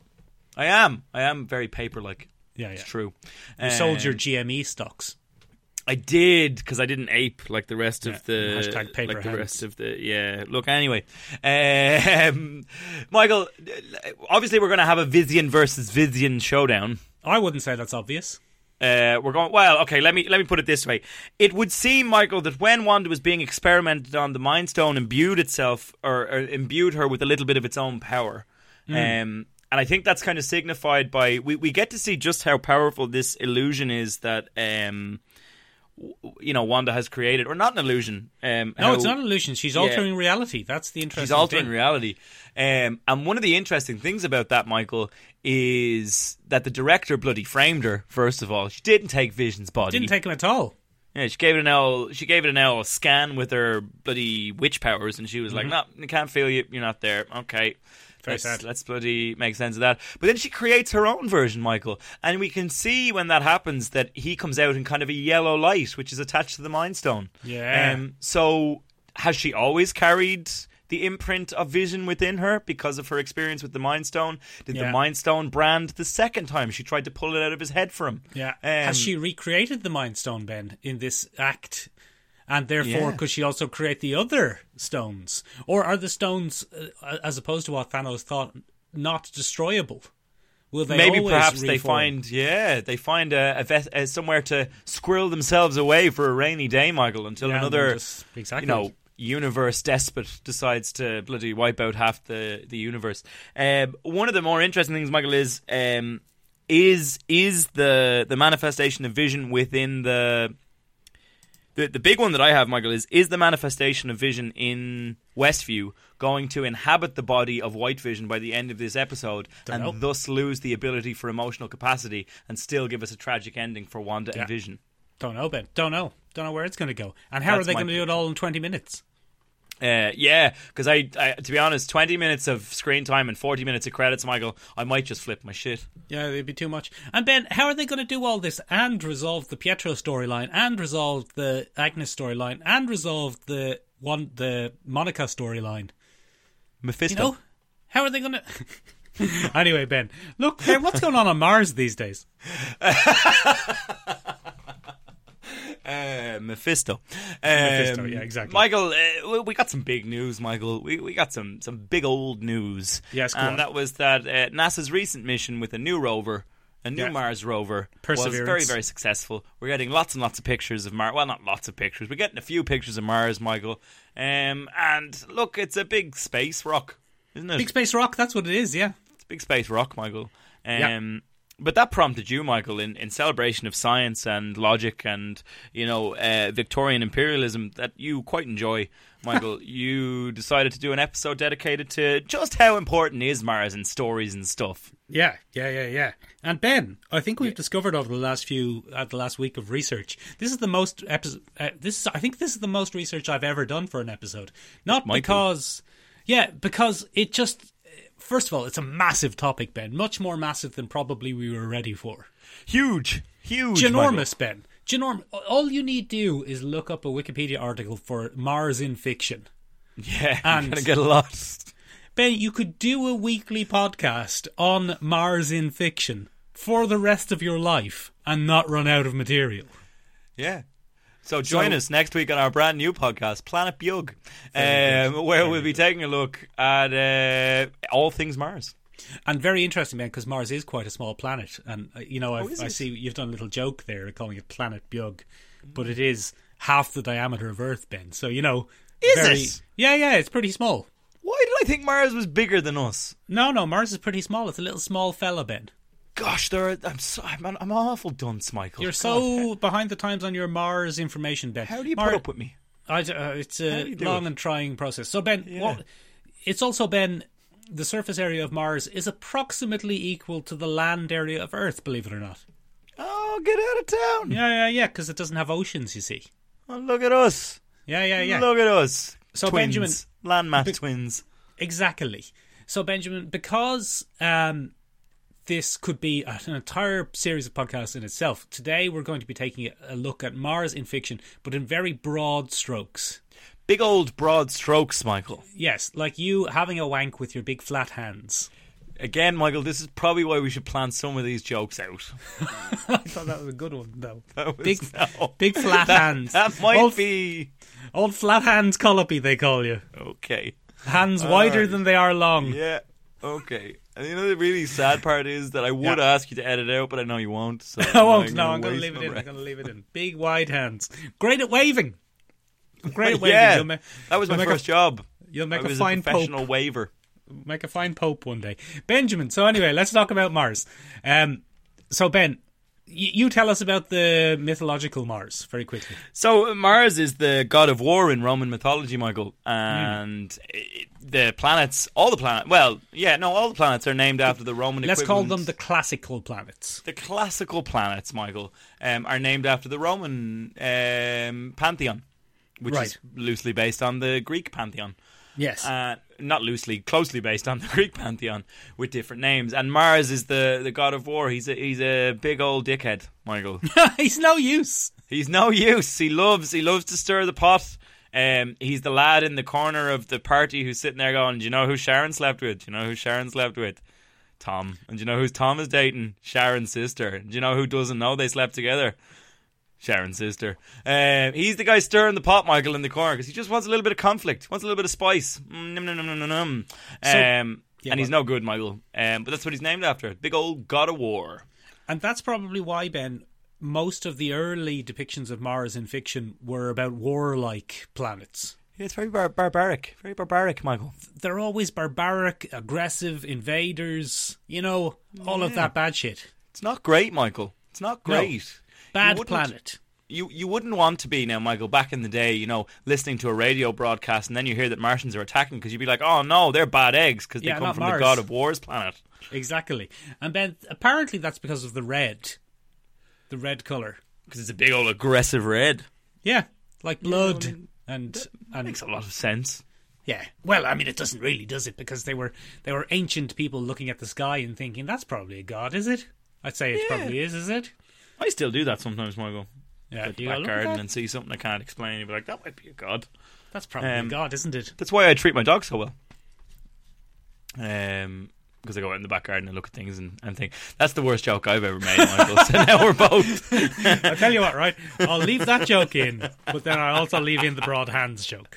Speaker 3: I am. I am very paper like.
Speaker 2: Yeah, yeah.
Speaker 3: It's true.
Speaker 2: You sold
Speaker 3: Um,
Speaker 2: your GME stocks.
Speaker 3: I did because I didn't ape like the rest
Speaker 2: Yeah,
Speaker 3: of the
Speaker 2: hashtag paper
Speaker 3: like the
Speaker 2: hands.
Speaker 3: rest of the yeah. Look, anyway, um, Michael. Obviously, we're going to have a Vizian versus Vizian showdown.
Speaker 2: I wouldn't say that's obvious.
Speaker 3: Uh, we're going well. Okay, let me let me put it this way. It would seem, Michael, that when Wanda was being experimented on, the Mind Stone imbued itself or, or imbued her with a little bit of its own power,
Speaker 2: Hmm.
Speaker 3: um, and I think that's kind of signified by we, we get to see just how powerful this illusion is that um, w- you know Wanda has created, or not an illusion. Um,
Speaker 2: No,
Speaker 3: how-
Speaker 2: it's not an illusion. She's altering reality. That's the interesting
Speaker 3: She's altering
Speaker 2: thing.
Speaker 3: reality. Um, and one of the interesting things about that, Michael, is that the director bloody framed her, first of all. She didn't take Vision's body.
Speaker 2: Didn't take him at all.
Speaker 3: yeah, she gave it an L she gave it an L scan with her bloody witch powers and she was like, No, I can't feel you, you're not there. Okay.
Speaker 2: Mm-hmm. Very
Speaker 3: let's,
Speaker 2: sad.
Speaker 3: let's bloody make sense of that. But then she creates her own version, Michael. And we can see when that happens that he comes out in kind of a yellow light, which is attached to the Mind Stone.
Speaker 2: Yeah.
Speaker 3: Um, so has she always carried the imprint of vision within her because of her experience with the Mind Stone? Did
Speaker 2: Yeah.
Speaker 3: the Mind Stone brand the second time she tried to pull it out of his head for him?
Speaker 2: Yeah.
Speaker 3: Um,
Speaker 2: Has she recreated the Mind Stone, Ben, in this act? And therefore,
Speaker 3: Yeah.
Speaker 2: could she also create the other stones? uh, Or are the stones, uh, as opposed to what Thanos thought, not destroyable? Will they
Speaker 3: Maybe
Speaker 2: always
Speaker 3: perhaps they
Speaker 2: reform?
Speaker 3: find yeah they find a, a vet, uh, somewhere to squirrel themselves away for a rainy day, Michael, until
Speaker 2: Yeah, and
Speaker 3: another
Speaker 2: then just- exactly
Speaker 3: you know universe despot decides to bloody wipe out half the the universe. Um, one of the more interesting things, Michael, is um, is is the the manifestation of vision within the. The, the big one that I have, Michael, is is the manifestation of vision in Westview going to inhabit the body of White Vision by the end of this episode, and
Speaker 2: know.
Speaker 3: thus lose the ability for emotional capacity, and still give us a tragic ending for Wanda
Speaker 2: Yeah.
Speaker 3: and Vision?
Speaker 2: Don't know, Ben. Don't know. Don't know where it's going to go. And how
Speaker 3: That's
Speaker 2: are they
Speaker 3: my-
Speaker 2: going to do it all in 20 minutes?
Speaker 3: Uh, yeah, because I, I, to be honest, twenty minutes of screen time and forty minutes of credits, Michael. I might just flip my shit.
Speaker 2: Yeah, it'd be too much. And Ben, how are they going to do all this and resolve the Pietro storyline and resolve the Agnes storyline and resolve the one the Monica storyline? You
Speaker 3: Mephisto.
Speaker 2: know, how are they going to? anyway, Ben, look, Ben, what's going on on Mars these days?
Speaker 3: Uh, Mephisto. Um,
Speaker 2: Mephisto, yeah, exactly.
Speaker 3: Michael, uh, we- we got some big news, Michael. We, we got some, some big old news.
Speaker 2: Yes, go
Speaker 3: And
Speaker 2: on.
Speaker 3: that was that uh, NASA's recent mission with a new rover, a new
Speaker 2: Yeah.
Speaker 3: Mars rover, was
Speaker 2: Perseverance.
Speaker 3: very, very successful. We're getting lots and lots of pictures of Mars. Well, not lots of pictures. We're getting a few pictures of Mars, Michael. Um, and look, it's a big space rock, isn't it?
Speaker 2: Big space rock. That's what it is. Yeah.
Speaker 3: big space rock, Michael. Um,
Speaker 2: Yeah.
Speaker 3: But that prompted you, Michael, in, in celebration of science and logic and you know uh, Victorian imperialism that you quite enjoy, Michael. you decided to do an episode dedicated to just how important is Mars and stories and stuff.
Speaker 2: Yeah, yeah, yeah, yeah. And Ben, I think we've discovered over the last few, at the last week of research, this is the most episode. Uh, this is, I think, this is the most research I've ever done for an episode. Not
Speaker 3: might be.
Speaker 2: because, yeah, because it just. First of all, it's a massive topic, Ben. Much more massive than probably we were ready for.
Speaker 3: Huge, huge,
Speaker 2: Ginormous, Ben. Ginorm. All you need do is look up a Wikipedia article for Mars in fiction.
Speaker 3: Michael. Yeah,
Speaker 2: And-
Speaker 3: I'm gonna get lost.
Speaker 2: Ben, you could do a weekly podcast on Mars in fiction for the rest of your life and not run out of material.
Speaker 3: Yeah. So join
Speaker 2: So-
Speaker 3: us next week on our brand new podcast, Planet Bug, um, where we'll be taking a look at uh, all things Mars.
Speaker 2: And very interesting, Ben, because Mars is quite a small planet. And, uh, you know, I've,
Speaker 3: Oh, is
Speaker 2: I
Speaker 3: it?
Speaker 2: see you've done a little joke there calling it Planet Bug, but it is half the diameter of Earth, Ben. So, you know.
Speaker 3: Is
Speaker 2: very-
Speaker 3: it?
Speaker 2: Yeah, yeah, it's pretty small.
Speaker 3: Why did I think Mars was bigger than us?
Speaker 2: No, no, Mars is pretty small. It's a little small fella, Ben.
Speaker 3: Gosh, there are, I'm so I'm, an- I'm an awful dunce, Michael.
Speaker 2: You're
Speaker 3: God,
Speaker 2: so behind the times on your Mars information, Ben.
Speaker 3: How do you
Speaker 2: Mar-
Speaker 3: put up with me?
Speaker 2: I d uh, it's
Speaker 3: How
Speaker 2: a
Speaker 3: do you do
Speaker 2: long
Speaker 3: it?
Speaker 2: and trying process. So Ben, what, it's also been the surface area of Mars is approximately equal to the land area of Earth. Believe it or not.
Speaker 3: Oh, get out of town!
Speaker 2: Yeah, yeah, yeah. Because it doesn't have oceans, you see.
Speaker 3: Oh, look at us!
Speaker 2: Yeah, yeah, yeah.
Speaker 3: Look at us!
Speaker 2: So,
Speaker 3: twins,
Speaker 2: Benjamin-
Speaker 3: landmass twins.
Speaker 2: Exactly. So Benjamin, because um, this could be uh, an entire series of podcasts in itself, today we're going to be taking a- a look at Mars in fiction, but in very broad strokes.
Speaker 3: Big old broad strokes, Michael.
Speaker 2: Yes, like you having a wank with your big flat hands.
Speaker 3: Again, Michael, this is probably why we should plan some of these jokes out.
Speaker 2: I thought that was a good one, though.
Speaker 3: That was-
Speaker 2: big,
Speaker 3: no.
Speaker 2: big flat hands.
Speaker 3: That might
Speaker 2: old,
Speaker 3: be
Speaker 2: old flat hands colopy. They call you
Speaker 3: okay.
Speaker 2: hands wider
Speaker 3: right.
Speaker 2: than they are long.
Speaker 3: Yeah, okay. And you know the really sad part is that I would
Speaker 2: Yeah.
Speaker 3: ask you to edit it out, but I know you won't. So
Speaker 2: I won't. No, I'm
Speaker 3: going
Speaker 2: going to
Speaker 3: to
Speaker 2: leave it in. I'm going to leave it in. Big wide hands. Great at waving. Great at waving.
Speaker 3: yeah,
Speaker 2: You'll, ma-
Speaker 3: that was
Speaker 2: you'll
Speaker 3: my
Speaker 2: make a-
Speaker 3: first job.
Speaker 2: you'll make
Speaker 3: I
Speaker 2: a
Speaker 3: was
Speaker 2: fine
Speaker 3: a professional
Speaker 2: pope.
Speaker 3: waiver.
Speaker 2: make a fine pope one day, Benjamin. So anyway, let's talk about Mars. Um, so Ben, y- you tell us about the mythological Mars very quickly.
Speaker 3: So Mars is the god of war in Roman mythology, Michael, and it- the planets, all the planet. Well, yeah, no, all the planets are named after the Roman.
Speaker 2: Let's call them
Speaker 3: equivalent-
Speaker 2: the classical planets.
Speaker 3: the classical planets, Michael, um, are named after the Roman um, pantheon, which
Speaker 2: Right.
Speaker 3: is loosely based on the Greek pantheon.
Speaker 2: Yes.
Speaker 3: Uh, not loosely, closely based on the Greek pantheon with different names. And Mars is the, the god of war. He's a, he's a big old dickhead, Michael.
Speaker 2: He's no use.
Speaker 3: He's no use. He loves he loves to stir the pot. Um, he's the lad in the corner of the party who's sitting there going, "Do you know who Sharon slept with? Do you know who Sharon slept with? Tom. And do you know who's Tom is dating? Sharon's sister. Do you know who doesn't know they slept together? Sharon's sister. Um, he's the guy stirring the pot, Michael, in the corner because he just wants a little bit of conflict, wants a little bit of spice. Mm, Num num num num num. num.
Speaker 2: So-
Speaker 3: Um, and he's no good, Michael. Um, but that's what he's named after. Big old God of War.
Speaker 2: And that's probably why, Ben, most of the early depictions of Mars in fiction were about warlike planets.
Speaker 3: Yeah, it's very bar- barbaric. Very barbaric, Michael.
Speaker 2: They're always barbaric, aggressive, invaders, you know, all of that bad shit.
Speaker 3: It's not great, Michael. It's not
Speaker 2: No.
Speaker 3: great. You
Speaker 2: Bad
Speaker 3: wouldn't-
Speaker 2: planet.
Speaker 3: You you wouldn't want to be now, Michael. Back in the day, you know, listening to a radio broadcast, and then you hear that Martians are attacking because you'd be like, "Oh no, they're bad eggs because they
Speaker 2: Yeah,
Speaker 3: come
Speaker 2: not
Speaker 3: from the
Speaker 2: Mars.
Speaker 3: God of War's planet."
Speaker 2: Exactly. And Ben, apparently that's because of the red. The red colour.
Speaker 3: Because it's a big old aggressive red.
Speaker 2: Yeah, like blood. and and
Speaker 3: Makes a lot of sense.
Speaker 2: Yeah. Well, I mean, it doesn't really, does it? Because they were they were ancient people looking at the sky and thinking, "That's probably a god, is it?" I'd say it
Speaker 3: Yeah.
Speaker 2: probably is, is it?
Speaker 3: I still do that sometimes, Michael.
Speaker 2: Yeah.
Speaker 3: Go to
Speaker 2: you go,
Speaker 3: back
Speaker 2: "Look at
Speaker 3: garden
Speaker 2: that.
Speaker 3: and see something I can't explain. You'd be like, "That might be a god."
Speaker 2: That's probably
Speaker 3: Um,
Speaker 2: a god, isn't it?
Speaker 3: That's why I treat my dog so well. Um, because I go out in the back garden and look at things and, and think that's the worst joke I've ever made, Michael. so now we're both.
Speaker 2: I tell you what, right? I'll leave that joke in, but then I also leave in the broad hands joke.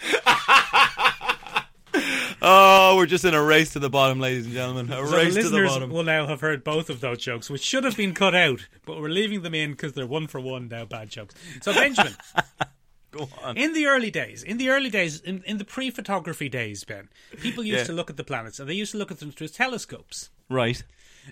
Speaker 3: Oh, we're just in a race to the bottom, ladies and gentlemen. A
Speaker 2: So the
Speaker 3: race to the
Speaker 2: listeners
Speaker 3: bottom.
Speaker 2: will now have heard both of those jokes, which should have been cut out, but we're leaving them in because they're one for one now. Bad jokes. So Benjamin,
Speaker 3: go on.
Speaker 2: In the early days, in the early days, in, in the pre-photography days, Ben, people used
Speaker 3: Yeah.
Speaker 2: to look at the planets, and they used to look at them through telescopes.
Speaker 3: Right.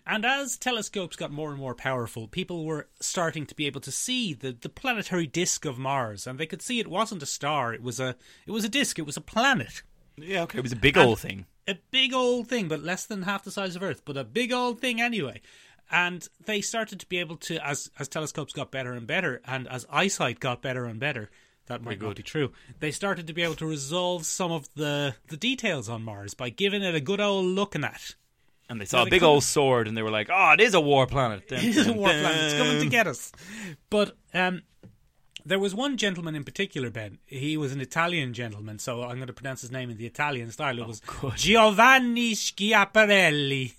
Speaker 2: And as telescopes got more and more powerful, people were starting to be able to see the, the planetary disk of Mars, and they could see it wasn't a star; it was a it was a disk, it was a planet,
Speaker 3: Yeah. Okay. It was a big old thing.
Speaker 2: a big old thing, but less than half the size of Earth, but a big old thing anyway. And they started to be able to, as as telescopes got better and better, and as eyesight got better and better, that might not be true. They started to be able to resolve some of the the details on Mars by giving it a good old looking at.
Speaker 3: And they saw a
Speaker 2: they
Speaker 3: big
Speaker 2: couldn't-
Speaker 3: old sword, and they were like, "Oh, it is a war planet."
Speaker 2: It is a war planet. It's coming to get us. But um, there was one gentleman in particular, Ben. He was an Italian gentleman, so I'm going to pronounce his name in the Italian style. It was Giovanni Schiaparelli.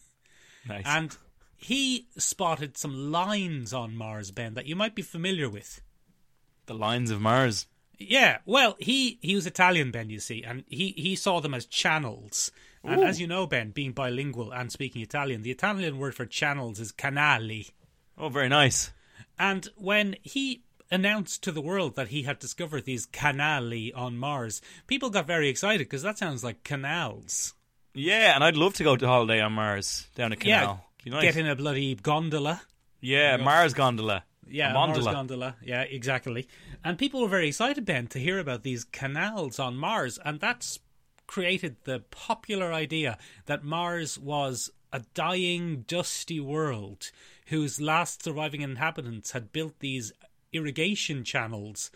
Speaker 3: Nice.
Speaker 2: And he spotted some lines on Mars, Ben, that you might be familiar with.
Speaker 3: the lines of Mars.
Speaker 2: Yeah, well, he, he was Italian, Ben, you see, and he, he saw them as channels. And as you know, Ben, being bilingual and speaking Italian, the Italian word for channels is canali.
Speaker 3: Oh, very nice.
Speaker 2: And when he announced to the world that he had discovered these canali on Mars, people got very excited because that sounds like canals.
Speaker 3: Yeah, and I'd love to go to holiday on Mars down a canal. Be
Speaker 2: Yeah,
Speaker 3: nice.
Speaker 2: get in a bloody gondola.
Speaker 3: Yeah, Mars gondola.
Speaker 2: Yeah,
Speaker 3: A
Speaker 2: a
Speaker 3: mondola.
Speaker 2: Mars gondola. Yeah, exactly. And people were very excited, Ben, to hear about these canals on Mars, and that's created the popular idea that Mars was a dying, dusty world whose last surviving inhabitants had built these irrigation channels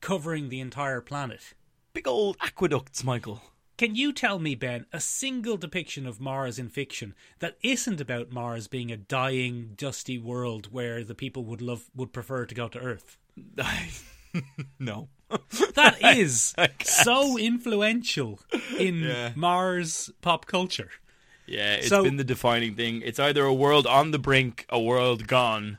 Speaker 2: covering the entire planet.
Speaker 3: Big old aqueducts, Michael.
Speaker 2: Can you tell me, Ben, a single depiction of Mars in fiction that isn't about Mars being a dying, dusty world where the people would love would prefer to go to Earth?
Speaker 3: no.
Speaker 2: That is so influential in Mars pop culture.
Speaker 3: Yeah, it's
Speaker 2: So-
Speaker 3: been the defining thing. It's either a world on the brink, a world gone,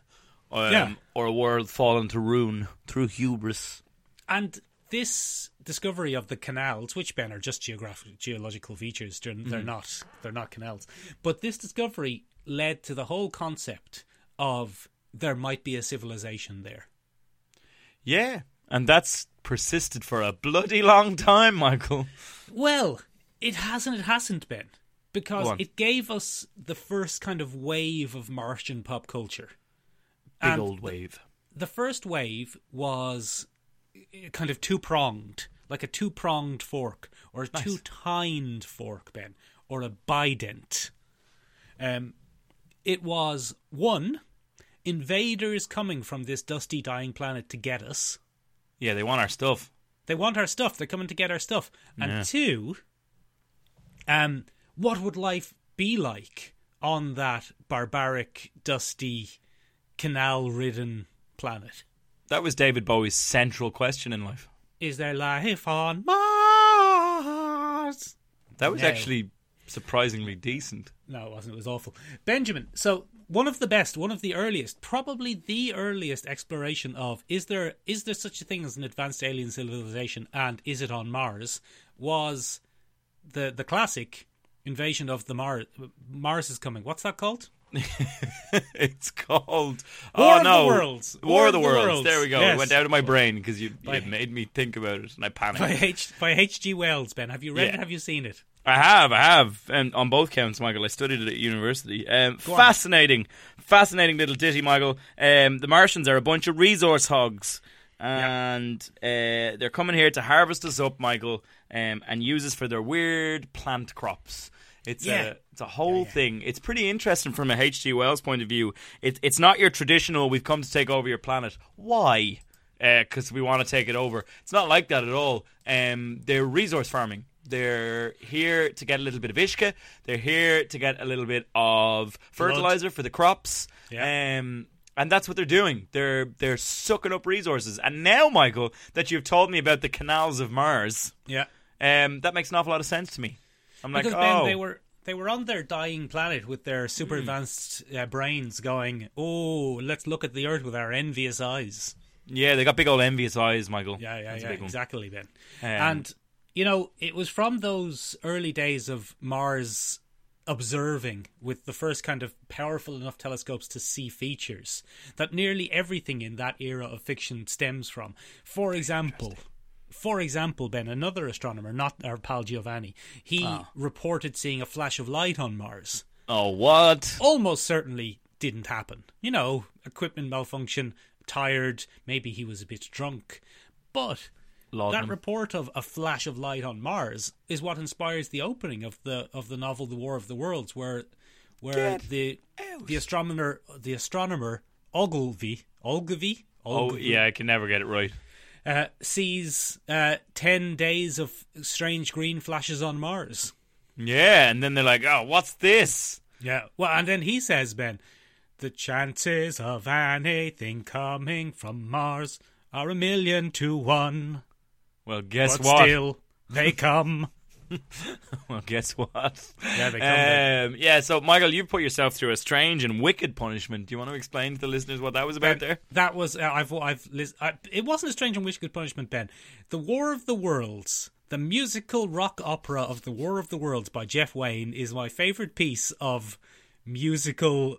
Speaker 3: um,
Speaker 2: Yeah.
Speaker 3: or a world fallen to ruin through hubris.
Speaker 2: And this discovery of the canals, which Ben are just geographic geological features, they're, they're not they're not canals. But this discovery led to the whole concept of there might be a civilization there.
Speaker 3: Yeah, and that's persisted for a bloody long time, Michael.
Speaker 2: Well, it hasn't. It hasn't been
Speaker 3: Go
Speaker 2: because
Speaker 3: on.
Speaker 2: it gave us the first kind of wave of Martian pop culture.
Speaker 3: Big
Speaker 2: And
Speaker 3: old wave.
Speaker 2: The first wave was uh, kind of two pronged, like a two pronged fork or a two tined fork, Ben, or a bident. Um, it was one invaders coming from this dusty, dying planet to get us.
Speaker 3: Yeah, they want our stuff.
Speaker 2: They want our stuff. They're coming to get our stuff. And two, um, what would life be like on that barbaric, dusty, canal-ridden planet?
Speaker 3: That was David Bowie's central question in life.
Speaker 2: Is there life on Mars?
Speaker 3: That was
Speaker 2: No.
Speaker 3: actually surprisingly decent.
Speaker 2: No, it wasn't. It was awful. Benjamin. So one of the best, one of the earliest, probably the earliest exploration of is there is there such a thing as an advanced alien civilization, and is it on Mars? Was the the classic Invasion of the Mars. Mars is coming. What's that called?
Speaker 3: it's called
Speaker 2: War
Speaker 3: oh
Speaker 2: of
Speaker 3: no
Speaker 2: the Worlds.
Speaker 3: War, of the, Worlds. There we go.
Speaker 2: Yes.
Speaker 3: It went out of my brain because you, you made me think about it and I panicked.
Speaker 2: By H by H. G. Wells. Ben, have you read it?
Speaker 3: Yeah.
Speaker 2: Have you seen it?
Speaker 3: I have, I have, and on both counts, Michael. I studied it at university. Um,
Speaker 2: on.
Speaker 3: fascinating, fascinating little ditty, Michael. Um, the Martians are a bunch of resource hogs, and uh, they're coming here to harvest us up, Michael, um, and use us for their weird plant crops. It's
Speaker 2: Yeah.
Speaker 3: a it's a whole thing. It's pretty interesting from a H.G. Wells point of view. It, it's not your traditional "we've come to take over your planet." Why? Because we want to take it over. It's not like that at all. Um, they're resource farming. They're here to get a little bit of ishka. They're here to get a little bit of fertilizer for the crops.
Speaker 2: Yeah.
Speaker 3: Um, and that's what they're doing. They're they're sucking up resources. And now, Michael, that you've told me about the canals of Mars,
Speaker 2: Yeah.
Speaker 3: um, that makes an awful lot of sense to me. I'm like,
Speaker 2: Because
Speaker 3: oh, Mm.
Speaker 2: Ben, they were they were on their dying planet with their super advanced uh, brains going, "Oh, let's look at the Earth with our envious eyes."
Speaker 3: Yeah, they got big old envious eyes, Michael.
Speaker 2: Yeah, yeah,
Speaker 3: That's
Speaker 2: yeah,
Speaker 3: a big one. Um,
Speaker 2: exactly, Ben. and you know, it was from those early days of Mars observing with the first kind of powerful enough telescopes to see features that nearly everything in that era of fiction stems from. For example, for example, Ben, another astronomer, not our pal Giovanni, he
Speaker 3: Ah.
Speaker 2: reported seeing a flash of light on Mars
Speaker 3: Oh, what?
Speaker 2: almost certainly didn't happen. You know, equipment malfunction, tired, maybe he was a bit drunk. But
Speaker 3: Laud
Speaker 2: that
Speaker 3: them.
Speaker 2: report of a flash of light on Mars is what inspires the opening of the of the novel The War of the Worlds where where
Speaker 3: Get
Speaker 2: the the astronomer the astronomer Ogilvy Ogilvy
Speaker 3: Oh,
Speaker 2: Ogilvy,
Speaker 3: yeah, I can never get it right.
Speaker 2: uh, sees uh, 10 days of strange green flashes on Mars.
Speaker 3: Yeah, and then they're like, oh, what's this?
Speaker 2: Yeah. Well, and then he says, Ben, the chances of anything coming from Mars are a million to one.
Speaker 3: Well, guess
Speaker 2: But
Speaker 3: what?
Speaker 2: still, they come.
Speaker 3: Well, guess what?
Speaker 2: Yeah, they come, they-
Speaker 3: um, yeah, so, Michael, you put yourself through a strange and wicked punishment. Do you want to explain to the listeners what that was about there?
Speaker 2: That was uh, I've I've lis- I, it wasn't a strange and wish good punishment, Ben. The War of the Worlds, the musical rock opera of the War of the Worlds by Jeff Wayne, is my favorite piece of musical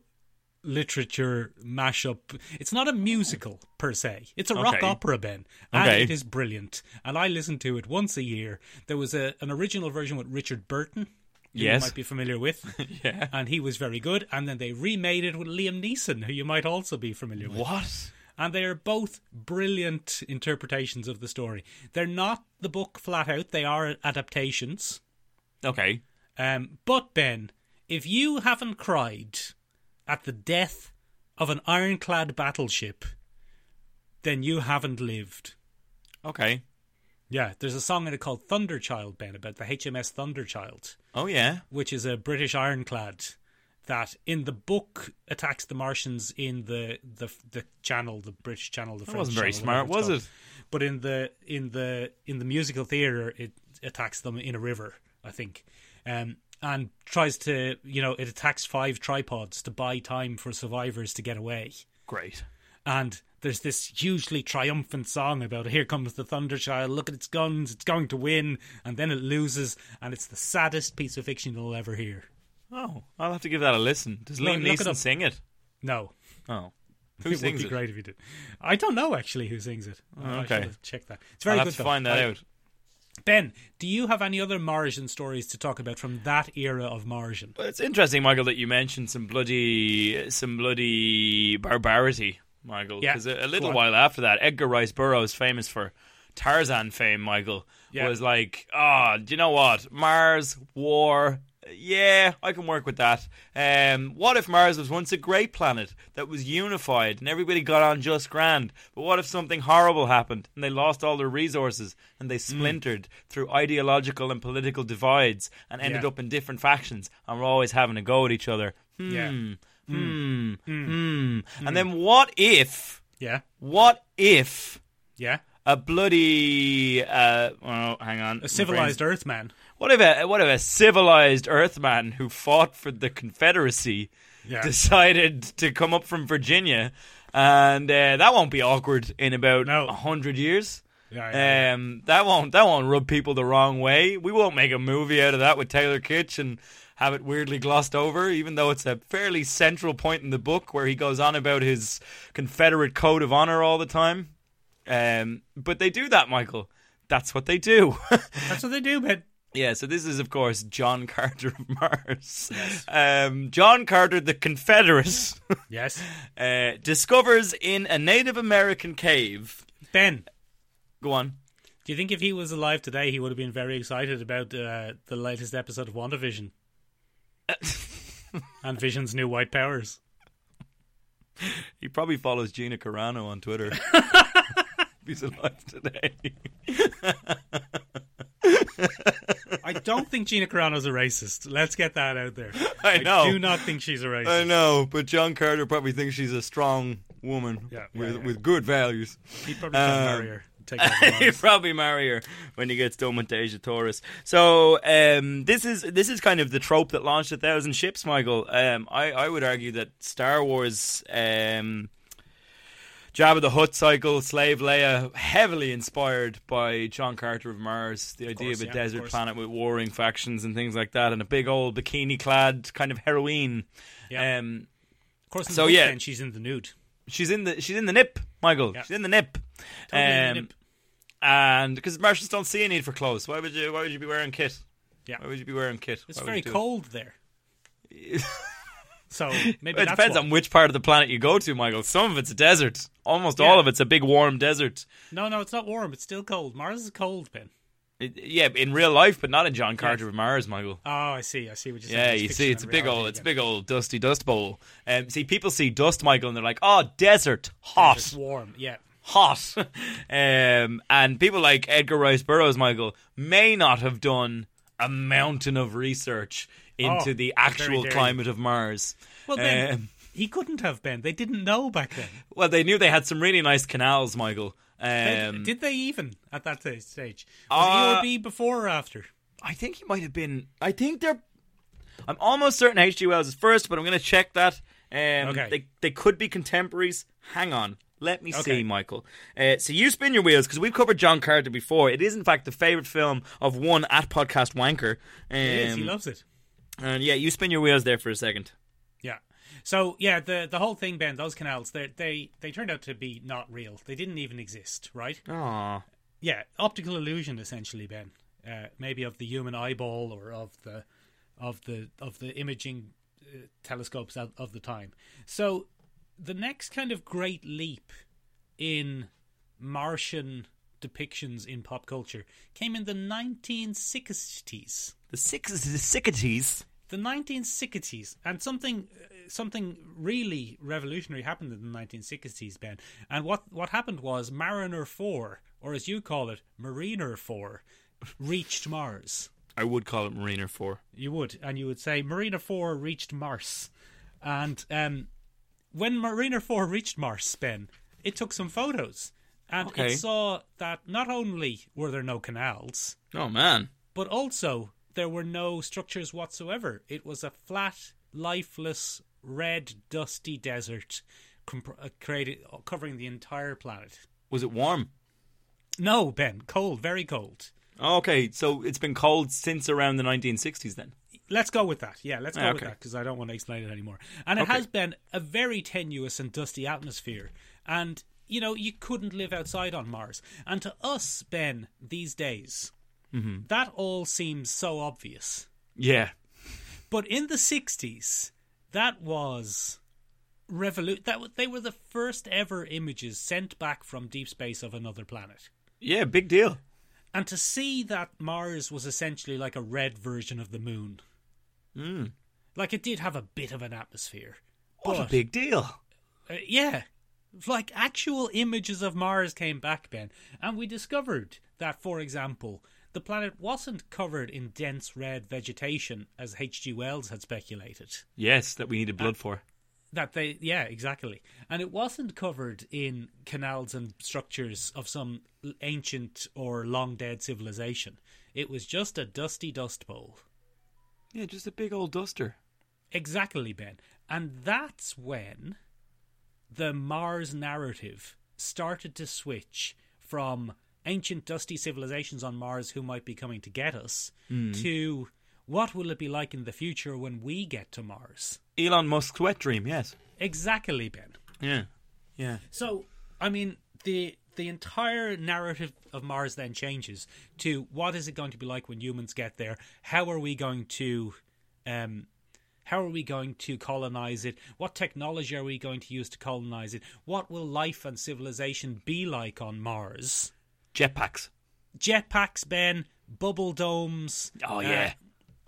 Speaker 2: literature mashup. It's not a musical per se. It's a rock
Speaker 3: Okay.
Speaker 2: opera, Ben, and
Speaker 3: Okay.
Speaker 2: it is brilliant. And I listen to it once a year. There was a, an original version with Richard Burton. who
Speaker 3: Yes.
Speaker 2: You might be familiar with. yeah. And he was very good. And then they remade it with Liam Neeson, who you might also be familiar with
Speaker 3: What?
Speaker 2: and they are both brilliant interpretations of the story. They're not the book flat out; they are adaptations.
Speaker 3: Okay.
Speaker 2: Um, but Ben, if you haven't cried at the death of an ironclad battleship, then you haven't lived.
Speaker 3: Okay.
Speaker 2: Yeah, there's a song in it called Thunderchild, Ben, about the HMS Thunderchild,
Speaker 3: Oh, yeah.
Speaker 2: which is a British ironclad that in the book attacks the Martians in the the, the channel, the British channel, the
Speaker 3: That
Speaker 2: French
Speaker 3: wasn't very
Speaker 2: channel, whatever
Speaker 3: smart,
Speaker 2: it's
Speaker 3: was
Speaker 2: called.
Speaker 3: it?
Speaker 2: but in the in the in the musical theater it attacks them in a river i think um and tries to you know it attacks five tripods to buy time for survivors to get away
Speaker 3: Great.
Speaker 2: and there's this hugely triumphant song about here comes the thunder child look at its guns it's going to win and then it loses and it's the saddest piece of fiction you'll ever hear
Speaker 3: Oh, I'll have to give that a listen. Does
Speaker 2: Look-
Speaker 3: Liam
Speaker 2: look it
Speaker 3: Neeson
Speaker 2: up.
Speaker 3: sing it?
Speaker 2: no
Speaker 3: Oh. Who
Speaker 2: it would
Speaker 3: sings
Speaker 2: be
Speaker 3: it? Oh,
Speaker 2: great if you did i don't know actually who sings it I should
Speaker 3: okay.
Speaker 2: have checked that it's
Speaker 3: I'll
Speaker 2: very
Speaker 3: have
Speaker 2: good
Speaker 3: to
Speaker 2: though.
Speaker 3: find that
Speaker 2: I-
Speaker 3: out.
Speaker 2: Ben, do you have any other Martian stories to talk about from that era of Martian?
Speaker 3: Well, it's interesting, Michael, that you mentioned some bloody, some bloody barbarity, Michael.
Speaker 2: Yeah,
Speaker 3: Because a, a
Speaker 2: go
Speaker 3: little
Speaker 2: on.
Speaker 3: while after that, Edgar Rice Burroughs, famous for Tarzan fame, Michael,
Speaker 2: Yeah.
Speaker 3: was like, "Ah, do you know what? Mars war." Yeah, I can work with that. Um, what if Mars was once a great planet that was unified and everybody got on just grand? But what if something horrible happened and they lost all their resources and
Speaker 2: Mm.
Speaker 3: they splintered through ideological and political divides and ended
Speaker 2: Yeah.
Speaker 3: up in different factions and we're always having a go at each other. Hmm,
Speaker 2: Yeah.
Speaker 3: hmm, hmm. And then what if,
Speaker 2: Yeah,
Speaker 3: what if
Speaker 2: yeah.
Speaker 3: a bloody, uh, oh, hang on.
Speaker 2: A civilized Earthman.
Speaker 3: What if a, what if a civilized Earthman who fought for the Confederacy
Speaker 2: Yeah.
Speaker 3: decided to come up from Virginia and uh, that won't be awkward in about a
Speaker 2: No.
Speaker 3: 100 years?
Speaker 2: Yeah, yeah, yeah.
Speaker 3: Um, that won't that won't rub people the wrong way. We won't make a movie out of that with Taylor Kitsch and have it weirdly glossed over, even though it's a fairly central point in the book where he goes on about his Confederate code of honor all the time. Um, but they do that, Michael. That's what they do.
Speaker 2: That's what they do, man.
Speaker 3: Yeah, so this is, of course, John Carter of Mars. Um, John Carter, the Confederate,
Speaker 2: Yes.
Speaker 3: uh, discovers in a Native American cave.
Speaker 2: Ben,
Speaker 3: Go on.
Speaker 2: do you think if he was alive today, he would have been very excited about uh, the latest episode of WandaVision and Vision's new white powers?
Speaker 3: He probably follows Gina Carano on Twitter. He's alive today.
Speaker 2: I don't think Gina Carano's a racist. Let's get that out there.
Speaker 3: I know.
Speaker 2: do not think she's a racist.
Speaker 3: I know, but John Carter probably thinks she's a strong woman
Speaker 2: Yeah, yeah,
Speaker 3: with,
Speaker 2: yeah.
Speaker 3: with good values.
Speaker 2: He probably
Speaker 3: um,
Speaker 2: can't marry her. Take her from
Speaker 3: He'll
Speaker 2: Mars.
Speaker 3: probably marry her when he gets done with Deja Taurus. So um, this is this is kind of the trope that launched a thousand ships, Michael. Um, I I would argue that Star Wars. Um, Jabba the Hutt cycle, Slave Leia, heavily inspired by John Carter of Mars, the idea
Speaker 2: course,
Speaker 3: of a
Speaker 2: yeah, of
Speaker 3: desert
Speaker 2: course.
Speaker 3: planet with warring factions and things like that, and a big old bikini clad kind of heroine.
Speaker 2: Yeah.
Speaker 3: Um,
Speaker 2: Of course, in
Speaker 3: So,
Speaker 2: the book
Speaker 3: yeah.
Speaker 2: then, she's in the nude.
Speaker 3: She's in the she's in the nip, Michael.
Speaker 2: Yeah.
Speaker 3: She's in the nip.
Speaker 2: Totally in the
Speaker 3: Um,
Speaker 2: nip.
Speaker 3: And because Martians don't see a need for clothes, why would you? Why would you be wearing kit?
Speaker 2: Yeah.
Speaker 3: Why would you be wearing kit?
Speaker 2: It's
Speaker 3: Why would
Speaker 2: very
Speaker 3: you do it?
Speaker 2: cold there. so maybe
Speaker 3: It
Speaker 2: that's
Speaker 3: depends
Speaker 2: what-
Speaker 3: on which part of the planet you go to, Michael. Some of it's a desert. Almost
Speaker 2: Yeah.
Speaker 3: all of it's a big warm desert.
Speaker 2: No, no, it's not warm. It's still cold. Mars is cold, Ben.
Speaker 3: It- yeah, in real life, but not in John Carter of Mars, Michael.
Speaker 2: Oh, I see. I see what you're saying.
Speaker 3: Yeah, you see, it's a big old, it's a big old dusty dust bowl. Um, see, people see dust, Michael, and they're like, "Oh, desert, hot."
Speaker 2: It's warm. Yeah.
Speaker 3: hot. um, and people like Edgar Rice Burroughs, Michael, may not have done a mountain of research into
Speaker 2: Oh,
Speaker 3: the
Speaker 2: very
Speaker 3: actual
Speaker 2: daring.
Speaker 3: climate of Mars.
Speaker 2: Well, then
Speaker 3: Um,
Speaker 2: he couldn't have been. They didn't know back then.
Speaker 3: well, they knew they had some really nice canals, Michael.
Speaker 2: They-
Speaker 3: Um,
Speaker 2: Did they even at that sta- stage?
Speaker 3: Uh,
Speaker 2: Was EOB before or after?
Speaker 3: I think he might have been. I think they're. I'm almost certain H.G. Wells is first, but I'm going to check that. Um,
Speaker 2: Okay.
Speaker 3: They they could be contemporaries. Hang on. Let me
Speaker 2: Okay.
Speaker 3: see, Michael. Uh, so you spin your wheels because we've covered John Carter before. It is, in fact, the favorite film of one at podcast wanker. Um,
Speaker 2: Yes, he loves it.
Speaker 3: And yeah, you spin your wheels there for a second.
Speaker 2: Yeah. So yeah, the the whole thing, Ben, those canals, they they they turned out to be not real. They didn't even exist, right?
Speaker 3: Aww.
Speaker 2: Yeah, optical illusion essentially, Ben. Uh, maybe of the human eyeball or of the of the of the imaging uh, telescopes of, of the time. So the next kind of great leap in Martian depictions in pop culture came in the 1960s
Speaker 3: The six the sickities.
Speaker 2: the 1960s and something uh, something really revolutionary happened in the 1960s ben and what what happened was mariner 4 or as you call it mariner 4 reached mars
Speaker 3: I would call it Mariner 4.
Speaker 2: you would and you would say mariner 4 reached mars and um when mariner 4 reached mars ben it took some photos and
Speaker 3: Okay.
Speaker 2: it saw that not only were there no canals
Speaker 3: Oh, man.
Speaker 2: but also there were no structures whatsoever. It was a flat, lifeless, red, dusty desert comp- uh, created, covering the entire planet.
Speaker 3: Was it warm?
Speaker 2: No, Ben, cold, very cold.
Speaker 3: Oh, okay, so it's been cold since around the 1960s then.
Speaker 2: Let's go with that. Yeah, let's go
Speaker 3: Ah,
Speaker 2: with
Speaker 3: okay.
Speaker 2: that because I don't want to explain it anymore. And it
Speaker 3: Okay.
Speaker 2: has been a very tenuous and dusty atmosphere. And, you know, you couldn't live outside on Mars. And to us, Ben, these days,
Speaker 3: Mm-hmm.
Speaker 2: that all seems so obvious.
Speaker 3: Yeah.
Speaker 2: But in the sixties, that was revolu- That wa- they were the first ever images sent back from deep space of another planet.
Speaker 3: Yeah, big deal.
Speaker 2: And to see that Mars was essentially like a red version of the moon,
Speaker 3: Mm.
Speaker 2: like it did have a bit of an atmosphere.
Speaker 3: What a
Speaker 2: But-
Speaker 3: big deal.
Speaker 2: Uh, yeah, like actual images of Mars came back, Ben, and we discovered that, for example, the planet wasn't covered in dense red vegetation as H.G. Wells had speculated.
Speaker 3: Yes, that we needed blood for.
Speaker 2: That they, yeah, exactly. And it wasn't covered in canals and structures of some l- ancient or long dead civilization. It was just a dusty dust bowl.
Speaker 3: Yeah, just a big old duster.
Speaker 2: Exactly, Ben. And that's when the Mars narrative started to switch from ancient dusty civilizations on Mars who might be coming to get us to what will it be like in the future when we get to Mars?
Speaker 3: Elon Musk's wet dream, yes.
Speaker 2: Exactly, Ben.
Speaker 3: Yeah. Yeah.
Speaker 2: So, I mean, the the entire narrative of Mars then changes to what is it going to be like when humans get there? How are we going to um how are we going to colonize it? What technology are we going to use to colonize it? What will life and civilization be like on Mars?
Speaker 3: Jetpacks.
Speaker 2: Jetpacks, Ben, bubble domes.
Speaker 3: Oh,
Speaker 2: uh,
Speaker 3: yeah.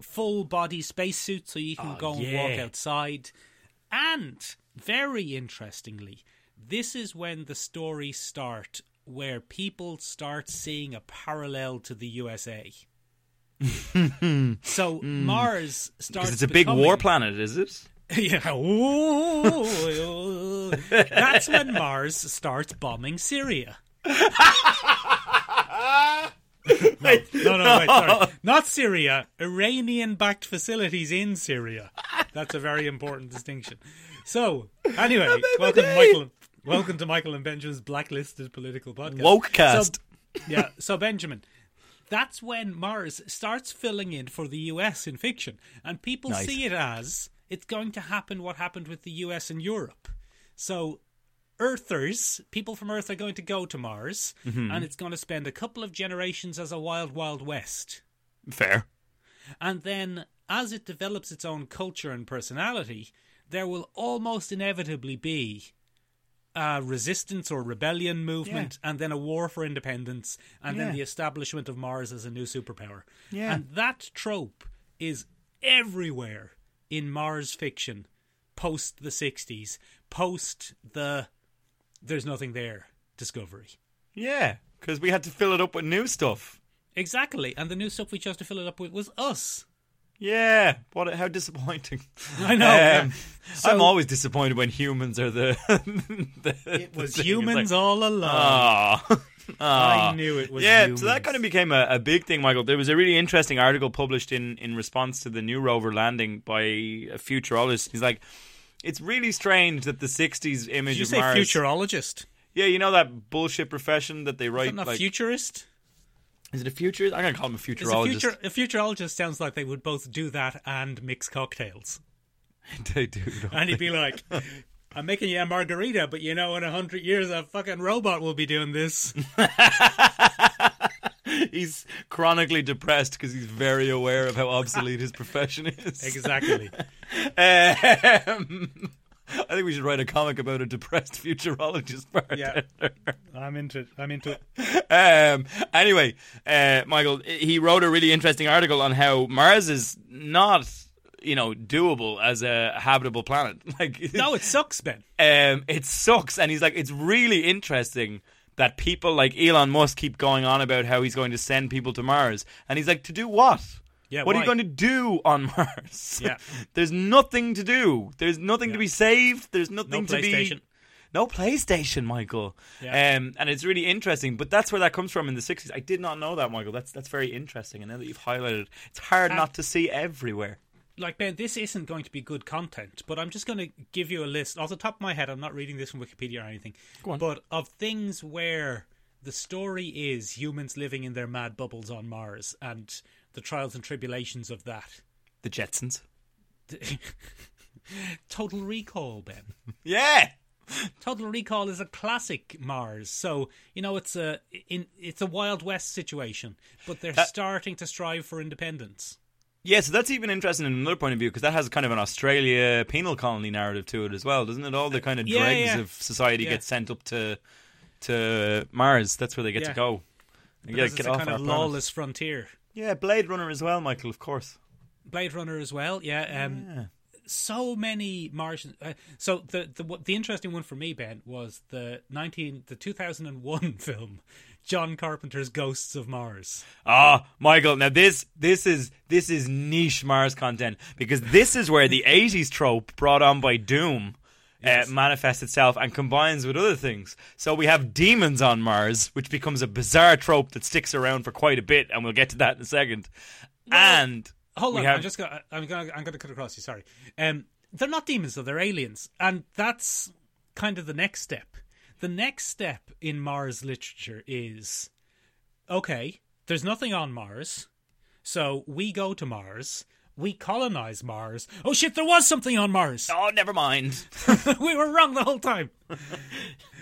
Speaker 2: full body spacesuit so you can
Speaker 3: Oh,
Speaker 2: go and walk
Speaker 3: yeah.
Speaker 2: outside. And very interestingly, this is when the stories start where people start seeing a parallel to the USA. so Mars starts
Speaker 3: Hmm. Because it's a big war
Speaker 2: becoming-
Speaker 3: planet, is it?
Speaker 2: yeah. Ooh. That's when Mars starts bombing Syria. no, no, no, wait, sorry. Not Syria. Iranian backed facilities in Syria. That's a very important distinction. So, anyway, welcome to Michael. Welcome to Michael and Benjamin's blacklisted political podcast.
Speaker 3: Wokecast.
Speaker 2: So, yeah. So Benjamin, that's when Mars starts filling in for the US in fiction, and people
Speaker 3: Nice.
Speaker 2: see it as it's going to happen what happened with the US and Europe. So Earthers, people from Earth are going to go to Mars, and it's going to spend a couple of generations as a wild, wild west.
Speaker 3: Fair.
Speaker 2: And then, as it develops its own culture and personality, there will almost inevitably be a resistance or rebellion movement, and then a war for independence, and
Speaker 3: Yeah.
Speaker 2: then the establishment of Mars as a new superpower.
Speaker 3: Yeah.
Speaker 2: And that trope is everywhere in Mars fiction post the 60s, post the there's nothing there discovery.
Speaker 3: Yeah. Because we had to fill it up with new stuff.
Speaker 2: Exactly. And the new stuff we chose to fill it up with was us.
Speaker 3: Yeah. What? How disappointing. Um,
Speaker 2: I know, yeah.
Speaker 3: I'm
Speaker 2: So-
Speaker 3: always disappointed when humans are the. the
Speaker 2: It was
Speaker 3: the thing. It's
Speaker 2: humans
Speaker 3: like,
Speaker 2: all along.
Speaker 3: Ah.
Speaker 2: I knew it was.
Speaker 3: yeah,
Speaker 2: humans.
Speaker 3: so that kind of became a, a big thing, Michael. There was a really interesting article published in, in response to the new rover landing by a futurologist. He's like, it's really strange that the 60s image
Speaker 2: Did you
Speaker 3: of
Speaker 2: say
Speaker 3: Mars.
Speaker 2: futurologist?
Speaker 3: Yeah, you know that bullshit profession that they
Speaker 2: Is that
Speaker 3: write.
Speaker 2: not
Speaker 3: like,
Speaker 2: futurist?
Speaker 3: is it a futurist? I'm going to call him a
Speaker 2: Is a,
Speaker 3: futurologist.
Speaker 2: futur- a futurologist sounds like they would both do that and mix cocktails.
Speaker 3: they do. don't
Speaker 2: And
Speaker 3: they?
Speaker 2: he'd be like, "I'm making you a margarita, but you know, in a hundred years, a fucking robot will be doing this."
Speaker 3: he's chronically depressed because he's very aware of how obsolete his profession is.
Speaker 2: exactly.
Speaker 3: Um, I think we should write a comic about a depressed futurologist.
Speaker 2: Yeah.
Speaker 3: bartender.
Speaker 2: I'm into it. I'm into it.
Speaker 3: Um, anyway, uh, Michael, he wrote a really interesting article on how Mars is not, you know, doable as a habitable planet. Like,
Speaker 2: No, it sucks, Ben.
Speaker 3: um, it sucks. And he's like, it's really interesting that people like Elon Musk keep going on about how he's going to send people to Mars. And he's like, to do what?
Speaker 2: Yeah,
Speaker 3: what are
Speaker 2: why?
Speaker 3: you going to do on Mars?
Speaker 2: Yeah.
Speaker 3: There's nothing to do. There's nothing to be saved. There's nothing to
Speaker 2: PlayStation.
Speaker 3: be. No PlayStation, Michael.
Speaker 2: Yeah.
Speaker 3: Um, and it's really interesting, but that's where that comes from in the 60s. I did not know that, Michael. That's that's very interesting. And now that you've highlighted it, it's
Speaker 2: Ah.
Speaker 3: hard not to see everywhere.
Speaker 2: like Ben, this isn't going to be good content, but I'm just going to give you a list off the top of my head. I'm not reading this from Wikipedia or anything, but of things where the story is humans living in their mad bubbles on Mars and the trials and tribulations of that.
Speaker 3: The Jetsons.
Speaker 2: Total Recall, Ben.
Speaker 3: Yeah.
Speaker 2: Total Recall is a classic Mars, so you know it's a in it's a Wild West situation, but
Speaker 3: Uh,
Speaker 2: they're starting to strive for independence.
Speaker 3: Yeah, so that's even interesting in another point of view because that has kind of an Australia penal colony narrative to it as well, doesn't it? All the kind of
Speaker 2: Yeah,
Speaker 3: dregs
Speaker 2: yeah.
Speaker 3: of society
Speaker 2: Yeah.
Speaker 3: get sent up to to Mars. That's where they get
Speaker 2: Yeah.
Speaker 3: to go. They
Speaker 2: Because
Speaker 3: gotta
Speaker 2: it's
Speaker 3: get
Speaker 2: a
Speaker 3: off
Speaker 2: kind
Speaker 3: our
Speaker 2: of
Speaker 3: planet.
Speaker 2: lawless frontier.
Speaker 3: Yeah, Blade Runner as well, Michael. Of course.
Speaker 2: Blade Runner as well. Yeah. Um, So many Martian. Uh, so the the what- the interesting one for me, Ben, was the nineteen the two thousand and one film, John Carpenter's Ghosts of Mars.
Speaker 3: Ah, Michael. Now this this is this is niche Mars content because this is where the '80s trope brought on by Doom uh, manifests itself and combines with other things. So we have demons on Mars, which becomes a bizarre trope that sticks around for quite a bit, and we'll get to that in a second. and
Speaker 2: Hold
Speaker 3: we
Speaker 2: on,
Speaker 3: have-
Speaker 2: I'm just gonna I'm gonna I'm gonna cut across you. Sorry. Um, they're not demons though; they're aliens, and that's kind of the next step. The next step in Mars literature is okay, there's nothing on Mars, so we go to Mars. We colonize Mars. Oh shit, there was something on Mars.
Speaker 3: Oh, never mind.
Speaker 2: we were wrong the whole time.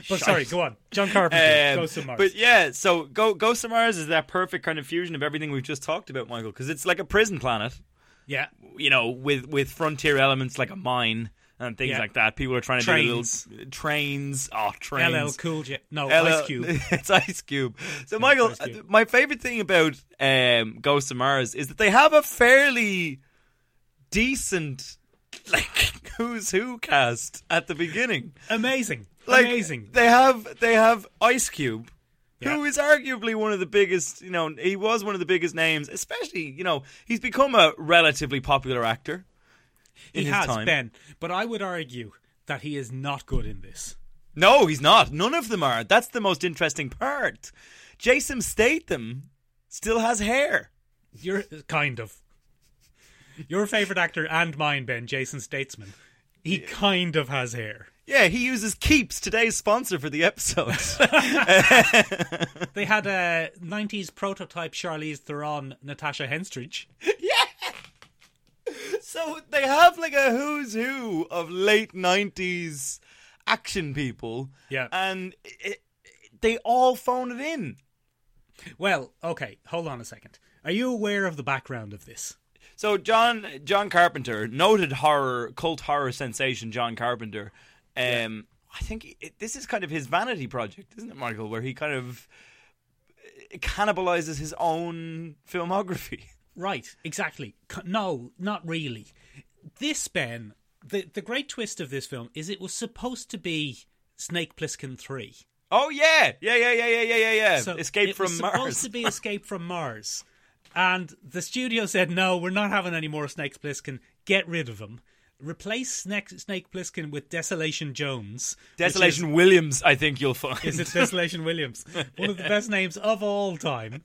Speaker 2: But sorry, go on. John Carpenter,
Speaker 3: Um,
Speaker 2: go to Mars.
Speaker 3: But yeah, so Go Ghost of Mars is that perfect kind of fusion of everything we've just talked about, Michael, because it's like a prison planet,
Speaker 2: yeah.
Speaker 3: you know, with with frontier elements like a mine and things
Speaker 2: Yeah.
Speaker 3: like that. People are trying to
Speaker 2: Trains.
Speaker 3: do little trains. Oh,
Speaker 2: LL
Speaker 3: trains.
Speaker 2: Cool J. No,
Speaker 3: LL
Speaker 2: Ice Cube.
Speaker 3: it's Ice Cube. So, Michael,
Speaker 2: Ice Cube.
Speaker 3: uh, my favorite thing about um, Ghost of Mars is that they have a fairly decent, like, who's who cast at the beginning.
Speaker 2: Amazing.
Speaker 3: Like,
Speaker 2: Amazing.
Speaker 3: They have they have Ice Cube,
Speaker 2: Yeah.
Speaker 3: who is arguably one of the biggest. You know, he was one of the biggest names. Especially, you know, he's become a relatively popular actor.
Speaker 2: He
Speaker 3: in his
Speaker 2: has
Speaker 3: time.
Speaker 2: been. But I would argue that he is not good in this.
Speaker 3: No, he's not. None of them are. That's the most interesting part. Jason Statham still has hair.
Speaker 2: You're kind of. Your favorite actor and mine, Ben, Jason Statesman. He kind of has hair.
Speaker 3: Yeah, he uses Keeps, today's sponsor for the episode.
Speaker 2: They had a 90s prototype Charlize Theron, Natasha Henstridge.
Speaker 3: so they have like a who's who of late 90s action people.
Speaker 2: Yeah.
Speaker 3: And it, it- they all phone it in.
Speaker 2: Well, okay, hold on a second. Are you aware of the background of this?
Speaker 3: So John John Carpenter, noted horror cult horror sensation John Carpenter. Um I think he- it, this is kind of his vanity project, isn't it, Michael, where he kind of uh, cannibalizes his own filmography.
Speaker 2: Right, exactly. C- No, not really. This, Ben, the, the great twist of this film is it was supposed to be Snake Plissken 3.
Speaker 3: Oh yeah, yeah, yeah, yeah, yeah, yeah, yeah, yeah.
Speaker 2: So
Speaker 3: Escape
Speaker 2: it
Speaker 3: from
Speaker 2: was
Speaker 3: Mars.
Speaker 2: supposed to be Escape from Mars, and the studio said, "No, we're not having any more Snake Plissken. Get rid of him. Replace Snake Snake Plissken with Desolation Jones. which
Speaker 3: Desolation Williams, I think you'll find.
Speaker 2: Is, is it Desolation Williams? One of the best names of all time."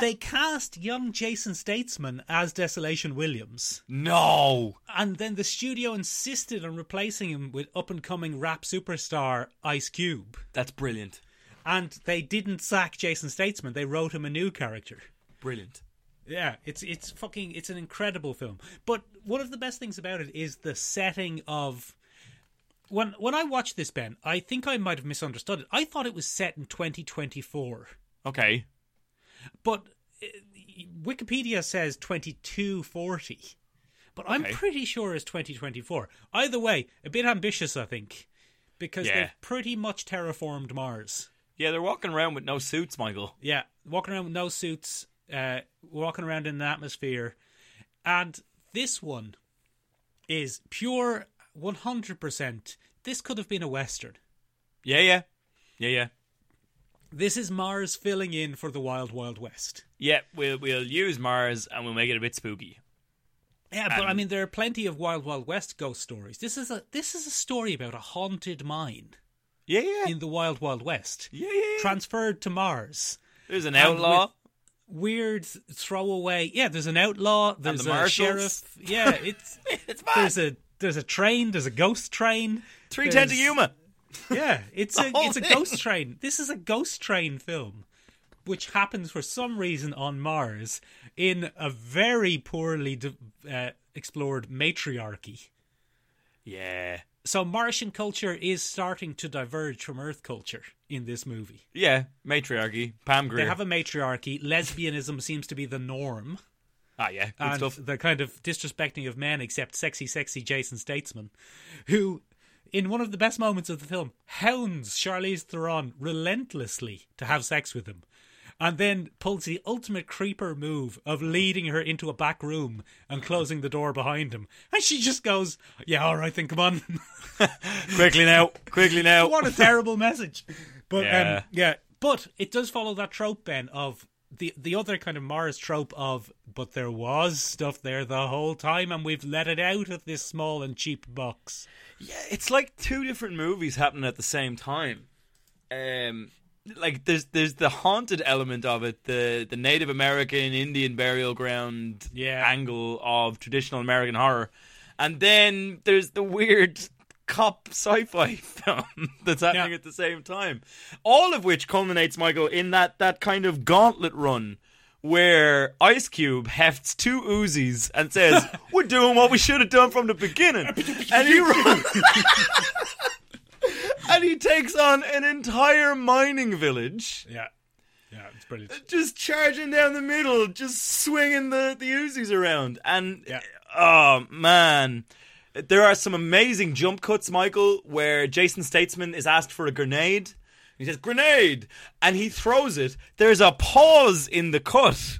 Speaker 2: They cast young Jason Statesman as Desolation Williams,
Speaker 3: no.
Speaker 2: and then the studio insisted on replacing him with up and coming rap superstar Ice Cube.
Speaker 3: That's brilliant.
Speaker 2: And they didn't sack Jason Statesman, they wrote him a new character.
Speaker 3: Brilliant.
Speaker 2: Yeah, it's it's fucking it's an incredible film. But one of the best things about it is the setting of when when I watched this Ben, I think I might have misunderstood it. I thought it was set in 2024.
Speaker 3: Okay.
Speaker 2: But uh, Wikipedia says 2240. But I'm
Speaker 3: Okay.
Speaker 2: pretty sure it's 2024. Either way, a bit ambitious I think because
Speaker 3: Yeah.
Speaker 2: they've pretty much terraformed Mars.
Speaker 3: Yeah, they're walking around with no suits, Michael.
Speaker 2: Yeah, walking around with no suits, uh, walking around in the atmosphere. And this one is pure 100%. This could have been a Western.
Speaker 3: Yeah, yeah. Yeah, yeah.
Speaker 2: This is Mars filling in for the Wild Wild West.
Speaker 3: Yeah, we'll we'll use Mars and we'll make it a bit spooky.
Speaker 2: Yeah, but I
Speaker 3: And-
Speaker 2: mean, there are plenty of Wild Wild West ghost stories. This is a this is a story about a haunted mine
Speaker 3: Yeah, yeah.
Speaker 2: in the Wild Wild West,
Speaker 3: yeah, yeah.
Speaker 2: transferred to Mars.
Speaker 3: There's an
Speaker 2: and
Speaker 3: outlaw.
Speaker 2: with- Weird throwaway. Yeah, there's an outlaw. There's
Speaker 3: the
Speaker 2: a
Speaker 3: marshals.
Speaker 2: sheriff. Yeah, it's
Speaker 3: it's
Speaker 2: there's a there's a train, there's a ghost train.
Speaker 3: Three ten to
Speaker 2: there's-
Speaker 3: Yuma.
Speaker 2: Yeah, it's a
Speaker 3: whole
Speaker 2: it's a
Speaker 3: thing.
Speaker 2: ghost train. This is a ghost train film, which happens for some reason on Mars in a very poorly de- uh, explored matriarchy.
Speaker 3: Yeah.
Speaker 2: So Martian culture is starting to diverge from Earth culture in this movie.
Speaker 3: Yeah. Matriarchy. Pam Grier.
Speaker 2: They have a matriarchy. Lesbianism seems to be the norm,
Speaker 3: ah, yeah. Good
Speaker 2: and
Speaker 3: stuff.
Speaker 2: the kind of disrespecting of men, except sexy, sexy Jason Statesman, who, in one of the best moments of the film, hounds Charlize Theron relentlessly to have sex with him, and then pulls the ultimate creeper move of leading her into a back room and closing the door behind him, and she just goes, "Yeah, all right, then, come on."
Speaker 3: Quickly now. Quickly now.
Speaker 2: what a terrible message. But
Speaker 3: Yeah.
Speaker 2: um, Oh. yeah, but it does follow that trope Ben of the the other kind of Mars trope of but there was stuff there the whole time and we've let it out of this small and cheap box.
Speaker 3: Yeah, it's like two different movies happening at the same time. Um, like there's there's the haunted element of it, the the Native American Indian burial ground
Speaker 2: Yeah.
Speaker 3: angle of traditional American horror, and then there's the weird cop sci-fi film that's happening
Speaker 2: Yeah.
Speaker 3: at the same time. All of which culminates, Michael, in that that kind of gauntlet run where Ice Cube hefts two Uzis and says, "We're doing what we should have done from the beginning," and he runs. And he takes on an entire mining village,
Speaker 2: Yeah. Yeah, it's brilliant.
Speaker 3: just charging down the middle, just swinging the, the Uzis around. And
Speaker 2: Yeah.
Speaker 3: oh man, there are some amazing jump cuts, Michael, where Jason Statesman is asked for a grenade. He says grenade, and he throws it. There's a pause in the cut,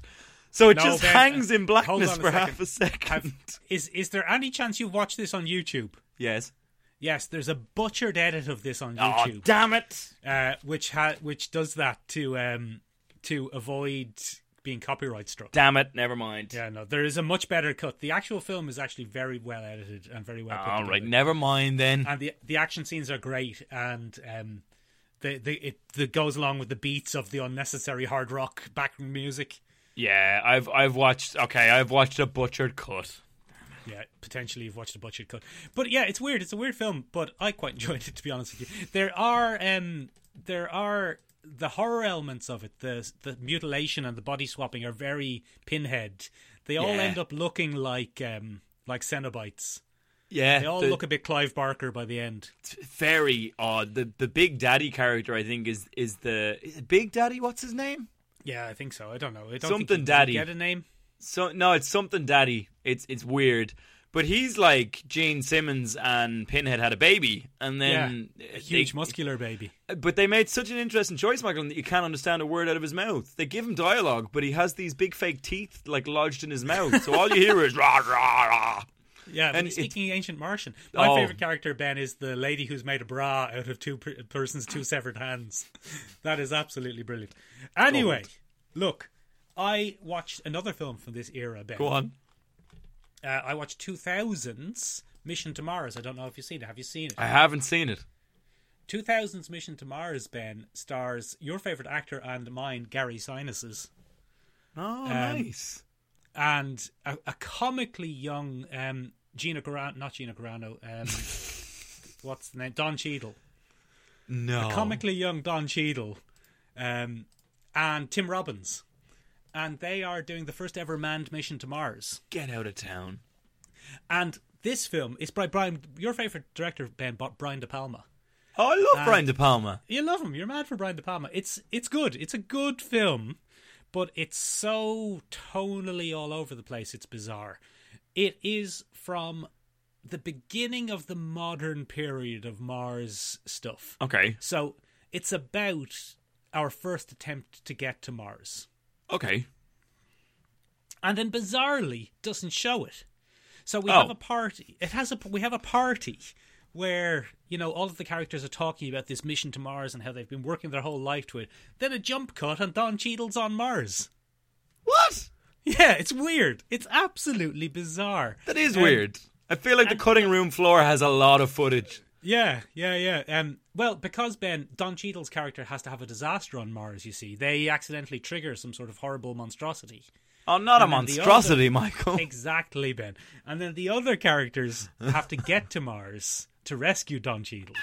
Speaker 3: so it
Speaker 2: No,
Speaker 3: just
Speaker 2: Ben,
Speaker 3: hangs
Speaker 2: hold
Speaker 3: in blackness
Speaker 2: on a
Speaker 3: for half
Speaker 2: second.
Speaker 3: a second.
Speaker 2: Have- Is is there any chance you've watched this on YouTube?
Speaker 3: yes.
Speaker 2: Yes, there's a butchered edit of this on
Speaker 3: Oh
Speaker 2: YouTube.
Speaker 3: damn it!
Speaker 2: uh, which ha- which does that to um to avoid being copyright struck.
Speaker 3: Damn it! Never mind.
Speaker 2: Yeah, no, there is a much better cut. The actual film is actually very well edited and very well put
Speaker 3: All right,
Speaker 2: together.
Speaker 3: never mind then.
Speaker 2: And the the action scenes are great, and um, the the it the goes along with the beats of the unnecessary hard rock background music.
Speaker 3: Yeah, I've I've watched. Okay, I've watched a butchered cut.
Speaker 2: Yeah, potentially you've watched a butchered cut, but yeah, it's weird. It's a weird film, but I quite enjoyed it to be honest with you. There are um, there are the horror elements of it. The the mutilation and the body swapping are very pinhead. They all
Speaker 3: Yeah.
Speaker 2: end up looking like um, like Cenobites.
Speaker 3: Yeah,
Speaker 2: They all
Speaker 3: the-
Speaker 2: look a bit Clive Barker by the end.
Speaker 3: very odd. The the Big Daddy character, I think, is is the is it Big Daddy. What's his name?
Speaker 2: Yeah, I think so. I don't know. I don't think
Speaker 3: Something
Speaker 2: you-
Speaker 3: daddy.
Speaker 2: You get a name?
Speaker 3: So no, it's something Daddy. It's it's weird, but he's like Gene Simmons and Pinhead had a baby, and then
Speaker 2: yeah,
Speaker 3: uh,
Speaker 2: a huge
Speaker 3: they-
Speaker 2: muscular baby.
Speaker 3: But they made such an interesting choice, Michael, that you can't understand a word out of his mouth. They give him dialogue, but he has these big fake teeth like lodged in his mouth, so all you hear is rah rah rah.
Speaker 2: Yeah, but
Speaker 3: And
Speaker 2: he's
Speaker 3: it-
Speaker 2: speaking ancient Martian. My
Speaker 3: Oh.
Speaker 2: favorite character Ben is the lady who's made a bra out of two per- persons' two severed hands. That is absolutely brilliant. Anyway, look, I watched another film from this era. Ben,
Speaker 3: Go on.
Speaker 2: Uh, I watched 2000's Mission to Mars. I don't know if you've seen it. Have you seen it?
Speaker 3: I haven't seen it.
Speaker 2: 2000's Mission to Mars. Ben stars your favorite actor and mine, Gary Sinuses,
Speaker 3: Oh, nice.
Speaker 2: and a, a comically young um, Gina Carano, not Gina Carano. Um, what's the name? Don Cheadle.
Speaker 3: No.
Speaker 2: comically young Don Cheadle, um, and Tim Robbins, and they are doing the first ever manned mission to Mars.
Speaker 3: Get out of town.
Speaker 2: And this film is by Brian, your favorite director, Ben, but Brian De Palma.
Speaker 3: Oh, I love Brian De Palma.
Speaker 2: You love him. You're mad for Brian De Palma. It's it's good. It's a good film, but it's so tonally all over the place. It's bizarre. It is from the beginning of the modern period of Mars stuff.
Speaker 3: Okay.
Speaker 2: So it's about our first attempt to get to Mars.
Speaker 3: Okay.
Speaker 2: And then bizarrely doesn't show it. So we
Speaker 3: Oh.
Speaker 2: have a party. It has a we have a party where, you know, all of the characters are talking about this mission to Mars and how they've been working their whole life to it. Then a jump cut and Don Cheadle's on Mars.
Speaker 3: What?
Speaker 2: Yeah, it's weird. It's absolutely bizarre.
Speaker 3: That is
Speaker 2: Um,
Speaker 3: weird. I feel like the cutting room floor has a lot of footage.
Speaker 2: Yeah, yeah, yeah. Um, well, because Ben Don Cheadle's character has to have a disaster on Mars. You see, they accidentally trigger some sort of horrible monstrosity.
Speaker 3: Oh, not a
Speaker 2: And then the
Speaker 3: monstrosity, Michael.
Speaker 2: Exactly, Ben. And then the other characters have to get to Mars to rescue Don Cheadle.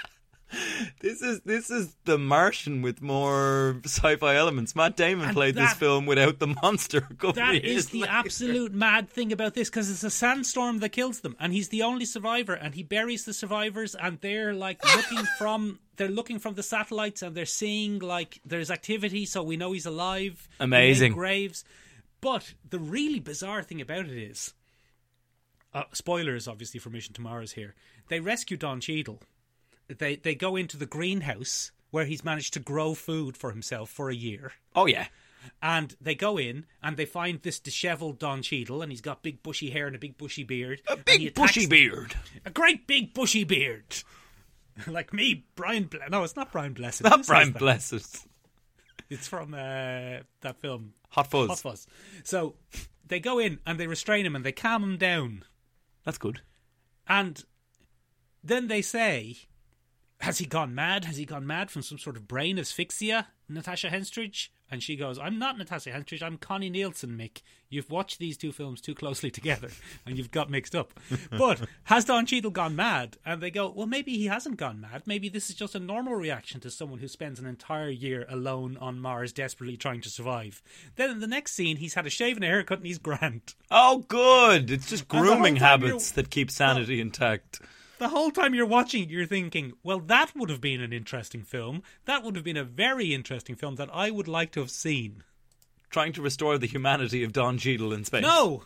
Speaker 3: This is this is the Martian with more sci-fi elements. Matt Damon
Speaker 2: And
Speaker 3: played this
Speaker 2: that-
Speaker 3: film without the monster. A couple
Speaker 2: That
Speaker 3: of years
Speaker 2: is the
Speaker 3: later.
Speaker 2: absolute mad thing about this because it's a sandstorm that kills them, and he's the only survivor. And he buries the survivors, and they're like looking from they're looking from the satellites, and they're seeing like there's activity, so we know he's alive. He made
Speaker 3: Amazing.
Speaker 2: graves. But the really bizarre thing about it is, uh, spoilers obviously for Mission to Mars here. They rescue Don Cheadle. They they go into the greenhouse where he's managed to grow food for himself for a year.
Speaker 3: Oh yeah.
Speaker 2: And they go in and they find this dishevelled Don Cheadle, and he's got big bushy hair and a big bushy beard.
Speaker 3: A
Speaker 2: and he
Speaker 3: big
Speaker 2: attacks-
Speaker 3: bushy beard.
Speaker 2: a great big bushy beard, like me, Brian. Ble- no, it's not Brian Blessed. Who
Speaker 3: Not
Speaker 2: says
Speaker 3: Brian
Speaker 2: that?
Speaker 3: Blessed.
Speaker 2: It's from uh, that film
Speaker 3: Hot fuzz.
Speaker 2: Hot Fuzz. So they go in and they restrain him and they calm him down,
Speaker 3: That's good.
Speaker 2: and then they say, "Has he gone mad? Has he gone mad from some sort of brain asphyxia?" Natasha Henstridge. And she goes, I'm not Natasha Henstridge, I'm Connie Nielsen, Mick. You've watched these two films too closely together and you've got mixed up. But has Don Cheadle gone mad? And they go, well, maybe he hasn't gone mad. Maybe this is just a normal reaction to someone who spends an entire year alone on Mars desperately trying to survive. Then in the next scene, he's had a shave and a haircut and he's grand.
Speaker 3: Oh, good. It's just
Speaker 2: the whole
Speaker 3: grooming
Speaker 2: time you're-
Speaker 3: habits that keep sanity intact.
Speaker 2: The whole time you're watching, it, you're thinking, well, that would have been an interesting film. That would have been a very interesting film that I would like to have seen.
Speaker 3: Trying to restore the humanity of Don Cheadle in space.
Speaker 2: No!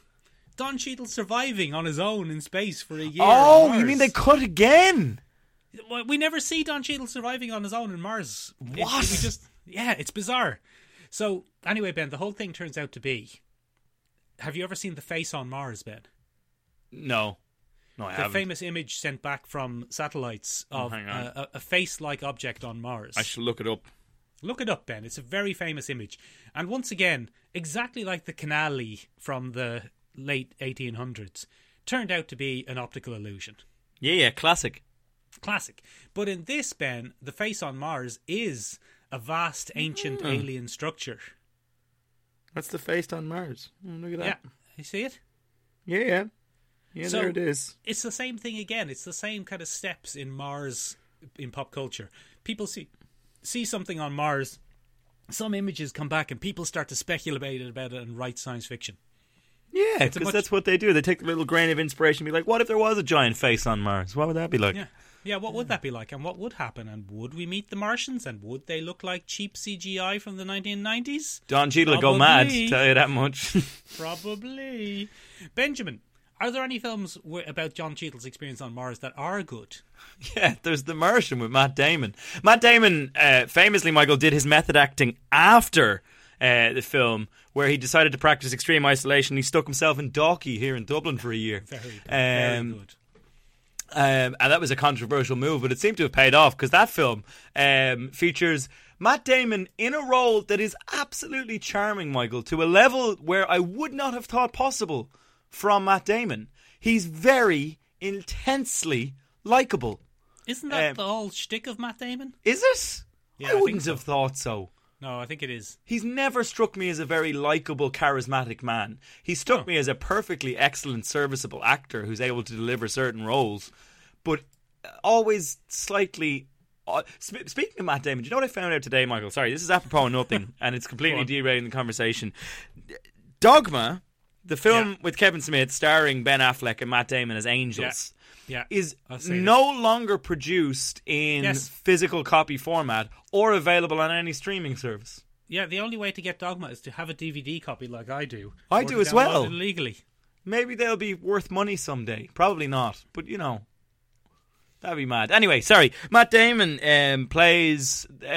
Speaker 2: Don Cheadle surviving on his own in space for a year.
Speaker 3: Oh,
Speaker 2: on
Speaker 3: you mean they
Speaker 2: Mars.
Speaker 3: cut again?
Speaker 2: Well, We never see Don Cheadle surviving on his own in Mars. It-
Speaker 3: What?
Speaker 2: we just yeah, it's bizarre. So anyway, Ben, the whole thing turns out to be. Have you ever seen the face on Mars, Ben?
Speaker 3: No, no, I
Speaker 2: The
Speaker 3: haven't. Oh,
Speaker 2: famous image sent back from satellites of
Speaker 3: hang on.
Speaker 2: uh, a, a face-like object on Mars.
Speaker 3: I should look it up.
Speaker 2: Look it up, Ben. It's a very famous image. And once again, exactly like the canali from the late 1800s, turned out to be an optical illusion.
Speaker 3: Yeah, yeah, classic.
Speaker 2: classic. But in this, Ben, the face on Mars is a vast
Speaker 3: Hmm.
Speaker 2: ancient alien structure.
Speaker 3: That's the face on Mars. Oh, Look at
Speaker 2: Yeah, you see it?
Speaker 3: Yeah, yeah, yeah. yeah
Speaker 2: So- there it
Speaker 3: is.
Speaker 2: It's the same thing again. It's the same kind of steps in Mars in pop culture. People see see something on Mars, some images come back, and people start to speculate about it and write science fiction.
Speaker 3: Yeah,
Speaker 2: a
Speaker 3: because
Speaker 2: much-
Speaker 3: that's what they do. They take the little grain of inspiration, and be like, "What if there was a giant face on Mars? What would that be like?"
Speaker 2: Yeah. Yeah, what would that be like? And what would happen? And would we meet the Martians? And would they look like cheap CGI from the 1990s?
Speaker 3: Don Cheadle would go mad.
Speaker 2: Probably.
Speaker 3: Tell you that much.
Speaker 2: Probably. Benjamin, are there any films wh- about John Cheadle's experience on Mars that are good?
Speaker 3: yeah, there's the Martian with Matt Damon. Matt Damon, uh, famously, Michael did his method acting after uh, the film, where he decided to practice extreme isolation. He stuck himself in Dalkey here in Dublin for a year.
Speaker 2: Very good.
Speaker 3: Um,
Speaker 2: very good.
Speaker 3: Um, and that was a controversial move, but it seemed to have paid off because that film um, features Matt Damon in a role that is absolutely charming, Michael, to a level where I would not have thought possible from Matt Damon. He's very intensely likable.
Speaker 2: Isn't that
Speaker 3: um,
Speaker 2: the whole shtick of Matt Damon?
Speaker 3: Is it?
Speaker 2: Yeah, I
Speaker 3: I
Speaker 2: think
Speaker 3: wouldn't have thought so.
Speaker 2: No, I think it is.
Speaker 3: He's never struck me as a very likable, charismatic man. He struck me as a perfectly excellent, serviceable actor who's able to deliver certain roles, but uh, always slightly. Uh, sp- speaking of Matt Damon, do you know what I found out today, Michael? Sorry, this is apropos of nothing, and it's completely derailing the conversation. Dogma, the film with Kevin Smith starring Ben Affleck and Matt Damon as angels,
Speaker 2: Yeah.
Speaker 3: is
Speaker 2: I'll say this.
Speaker 3: no longer produced in
Speaker 2: Yes.
Speaker 3: physical copy format or available on any streaming service.
Speaker 2: Yeah, the only way to get Dogma is to have a DVD copy like I do.
Speaker 3: I
Speaker 2: or
Speaker 3: do
Speaker 2: to
Speaker 3: as well.
Speaker 2: download it Legally.
Speaker 3: Maybe they'll be worth money someday. Probably not, but you know, that'd be mad. Anyway, sorry. Matt Damon um, plays um,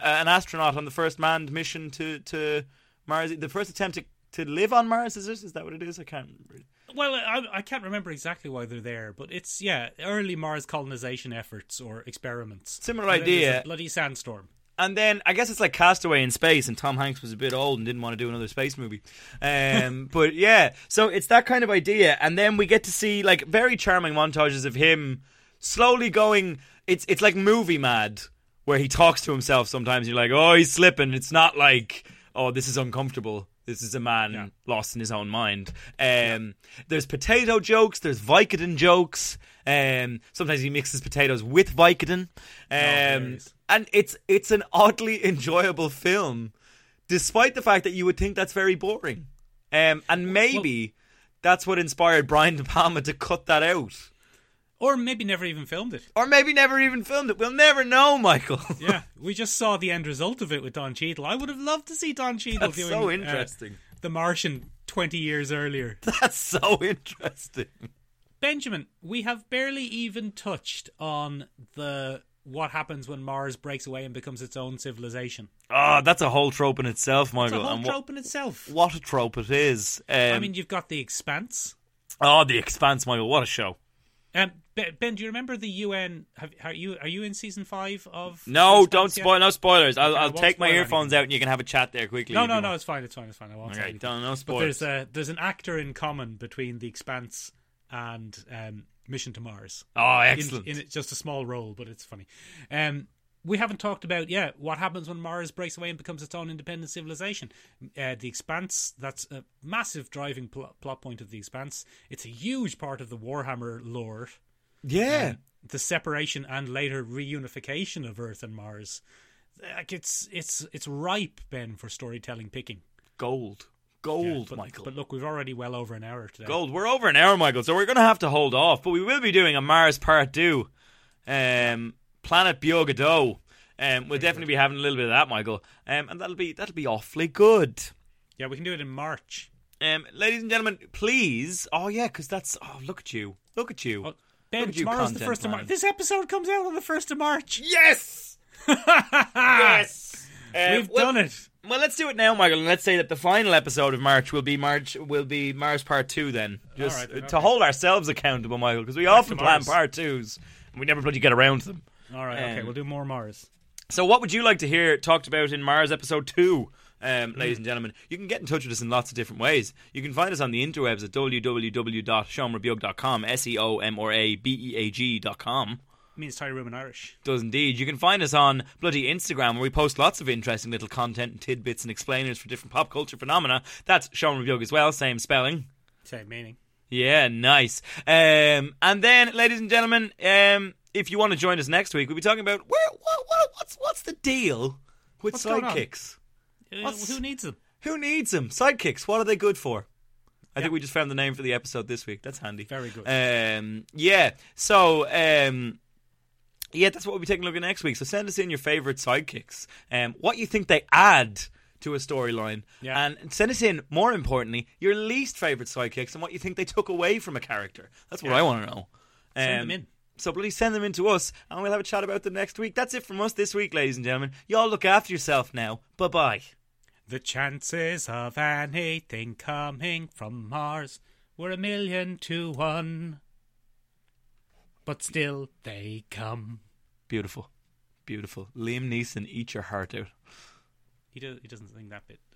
Speaker 3: an astronaut on the first manned mission to to Mars, the first attempt to, to live on Mars. Is this is that what it is? I can't. remember.
Speaker 2: Well, I, I can't remember exactly why they're there, but it's, yeah, early Mars colonization efforts or experiments.
Speaker 3: Similar
Speaker 2: And then there's
Speaker 3: idea.
Speaker 2: A bloody sandstorm.
Speaker 3: And then I guess it's like Castaway in space, and Tom Hanks was a bit old and didn't want to do another space movie. Um, but yeah, so it's that kind of idea, and then we get to see like very charming montages of him slowly going. It's it's like movie mad, where he talks to himself sometimes. You're like, oh, he's slipping. It's not like, oh, this is uncomfortable. This is a man lost in his own mind. Um, There's potato jokes. There's Vicodin jokes. Um, sometimes he mixes potatoes with Vicodin. Um,
Speaker 2: hilarious.
Speaker 3: and it's it's an oddly enjoyable film, despite the fact that you would think that's very boring. Um, and maybe that's what inspired Brian De Palma to cut that out,
Speaker 2: Or maybe never even filmed it.
Speaker 3: or maybe never even filmed it. We'll never know, Michael.
Speaker 2: yeah, we just saw the end result of it with Don Cheadle. I would have loved to see Don Cheadle
Speaker 3: That's
Speaker 2: doing
Speaker 3: so
Speaker 2: uh,
Speaker 3: interesting.
Speaker 2: the Martian twenty years earlier.
Speaker 3: that's so interesting.
Speaker 2: Benjamin, we have barely even touched on the what happens when Mars breaks away and becomes its own civilization.
Speaker 3: Oh, that's a whole trope in itself,
Speaker 2: It's a
Speaker 3: Michael.
Speaker 2: whole
Speaker 3: and
Speaker 2: trope in itself.
Speaker 3: What, what a trope it is. Um,
Speaker 2: I mean, you've got the Expanse.
Speaker 3: oh, The Expanse, Michael. What a show.
Speaker 2: Um, Be- ben, do you remember the UN? Have, are you are you in season five of? The
Speaker 3: No,
Speaker 2: Expanse
Speaker 3: don't
Speaker 2: yet?
Speaker 3: spoil. No spoilers. I'll,
Speaker 2: Okay, I
Speaker 3: I'll
Speaker 2: won't
Speaker 3: take my
Speaker 2: spoil
Speaker 3: earphones out, and you can have a chat there quickly.
Speaker 2: No,
Speaker 3: if
Speaker 2: no,
Speaker 3: you
Speaker 2: no.
Speaker 3: want.
Speaker 2: It's fine. It's fine. It's fine. I won't. say
Speaker 3: Okay,
Speaker 2: anything.
Speaker 3: don't- no
Speaker 2: But
Speaker 3: spoilers.
Speaker 2: there's uh, a there's an actor in common between The Expanse and um, Mission to Mars.
Speaker 3: Oh,
Speaker 2: in,
Speaker 3: excellent.
Speaker 2: in it- just a small role, but it's funny. Um, we haven't talked about yeah what happens when Mars breaks away and becomes its own independent civilization. Uh, the Expanse that's a massive driving pl- plot point of the Expanse. It's a huge part of the Warhammer lore.
Speaker 3: Yeah.
Speaker 2: The separation and later reunification of Earth and Mars. Like it's it's it's ripe, Ben, for storytelling picking.
Speaker 3: Gold. Gold,
Speaker 2: But,
Speaker 3: Michael.
Speaker 2: but look, we've already well over an hour today.
Speaker 3: Gold. We're over an hour, Michael, so we're going to have to hold off. But we will be doing a Mars Part 2, um, Planet Bioga Do. Um, we'll definitely be having a little bit of that, Michael. Um, and that'll be that'll be awfully good.
Speaker 2: Yeah, we can do it in March.
Speaker 3: Um, ladies and gentlemen, please. Oh yeah, because that's. Oh, look at you. Look at you.
Speaker 2: Well,
Speaker 3: Look
Speaker 2: ben,
Speaker 3: at you,
Speaker 2: tomorrow's the
Speaker 3: content
Speaker 2: first of
Speaker 3: man.
Speaker 2: March. This episode comes out on the first of March.
Speaker 3: Yes. yes. Um,
Speaker 2: We've
Speaker 3: well-
Speaker 2: done it.
Speaker 3: Well, let's do it now, Michael, and let's say that the final episode of March will be March will be Mars Part Two. Then, just
Speaker 2: right,
Speaker 3: uh,
Speaker 2: okay.
Speaker 3: to hold ourselves accountable, Michael, because we often
Speaker 2: to
Speaker 3: plan
Speaker 2: Mars.
Speaker 3: Part Twos and we never bloody get around to them.
Speaker 2: All right, okay,
Speaker 3: Um,
Speaker 2: we'll do more Mars.
Speaker 3: So, what would you like to hear talked about in Mars Episode Two? Um,
Speaker 2: Hmm.
Speaker 3: ladies and gentlemen, you can get in touch with us in lots of different ways. You can find us on the interwebs at www.seomrabeog.com, S E O M R A B E A G dot com
Speaker 2: It means tidy room in Irish.
Speaker 3: does indeed. You can find us on bloody Instagram where we post lots of interesting little content and tidbits and explainers for different pop culture phenomena. That's Sean Rebuke as well, same spelling.
Speaker 2: Same meaning.
Speaker 3: Yeah, nice. Um, and then, ladies and gentlemen, um, if you want to join us next week, we'll be talking about where, what, what, what's what's the deal with
Speaker 2: What's going on?
Speaker 3: sidekicks?
Speaker 2: Uh,
Speaker 3: What's-
Speaker 2: who needs them?
Speaker 3: Who needs them? Sidekicks. What are they good for? I think we just found the name for the episode this week. That's handy.
Speaker 2: Very good.
Speaker 3: Um, yeah. So. Um, yeah, that's what we'll be taking a look at next week. So send us in your favourite sidekicks, um, what you think they add to a storyline,
Speaker 2: Yeah.
Speaker 3: and send us in more importantly your least favourite sidekicks and what you think they took away from a character. That's what I want to know.
Speaker 2: Send
Speaker 3: Um,
Speaker 2: them in.
Speaker 3: So please send them in to us, and we'll have a chat about them next week. That's it from us this week, ladies and gentlemen. Y'all look after yourself now. Bye bye.
Speaker 2: The chances of anything coming from Mars were a million to one. But still, they come.
Speaker 3: Beautiful. Beautiful. Liam Neeson, eat your heart out.
Speaker 2: He, do, he doesn't sing that bit. Ah,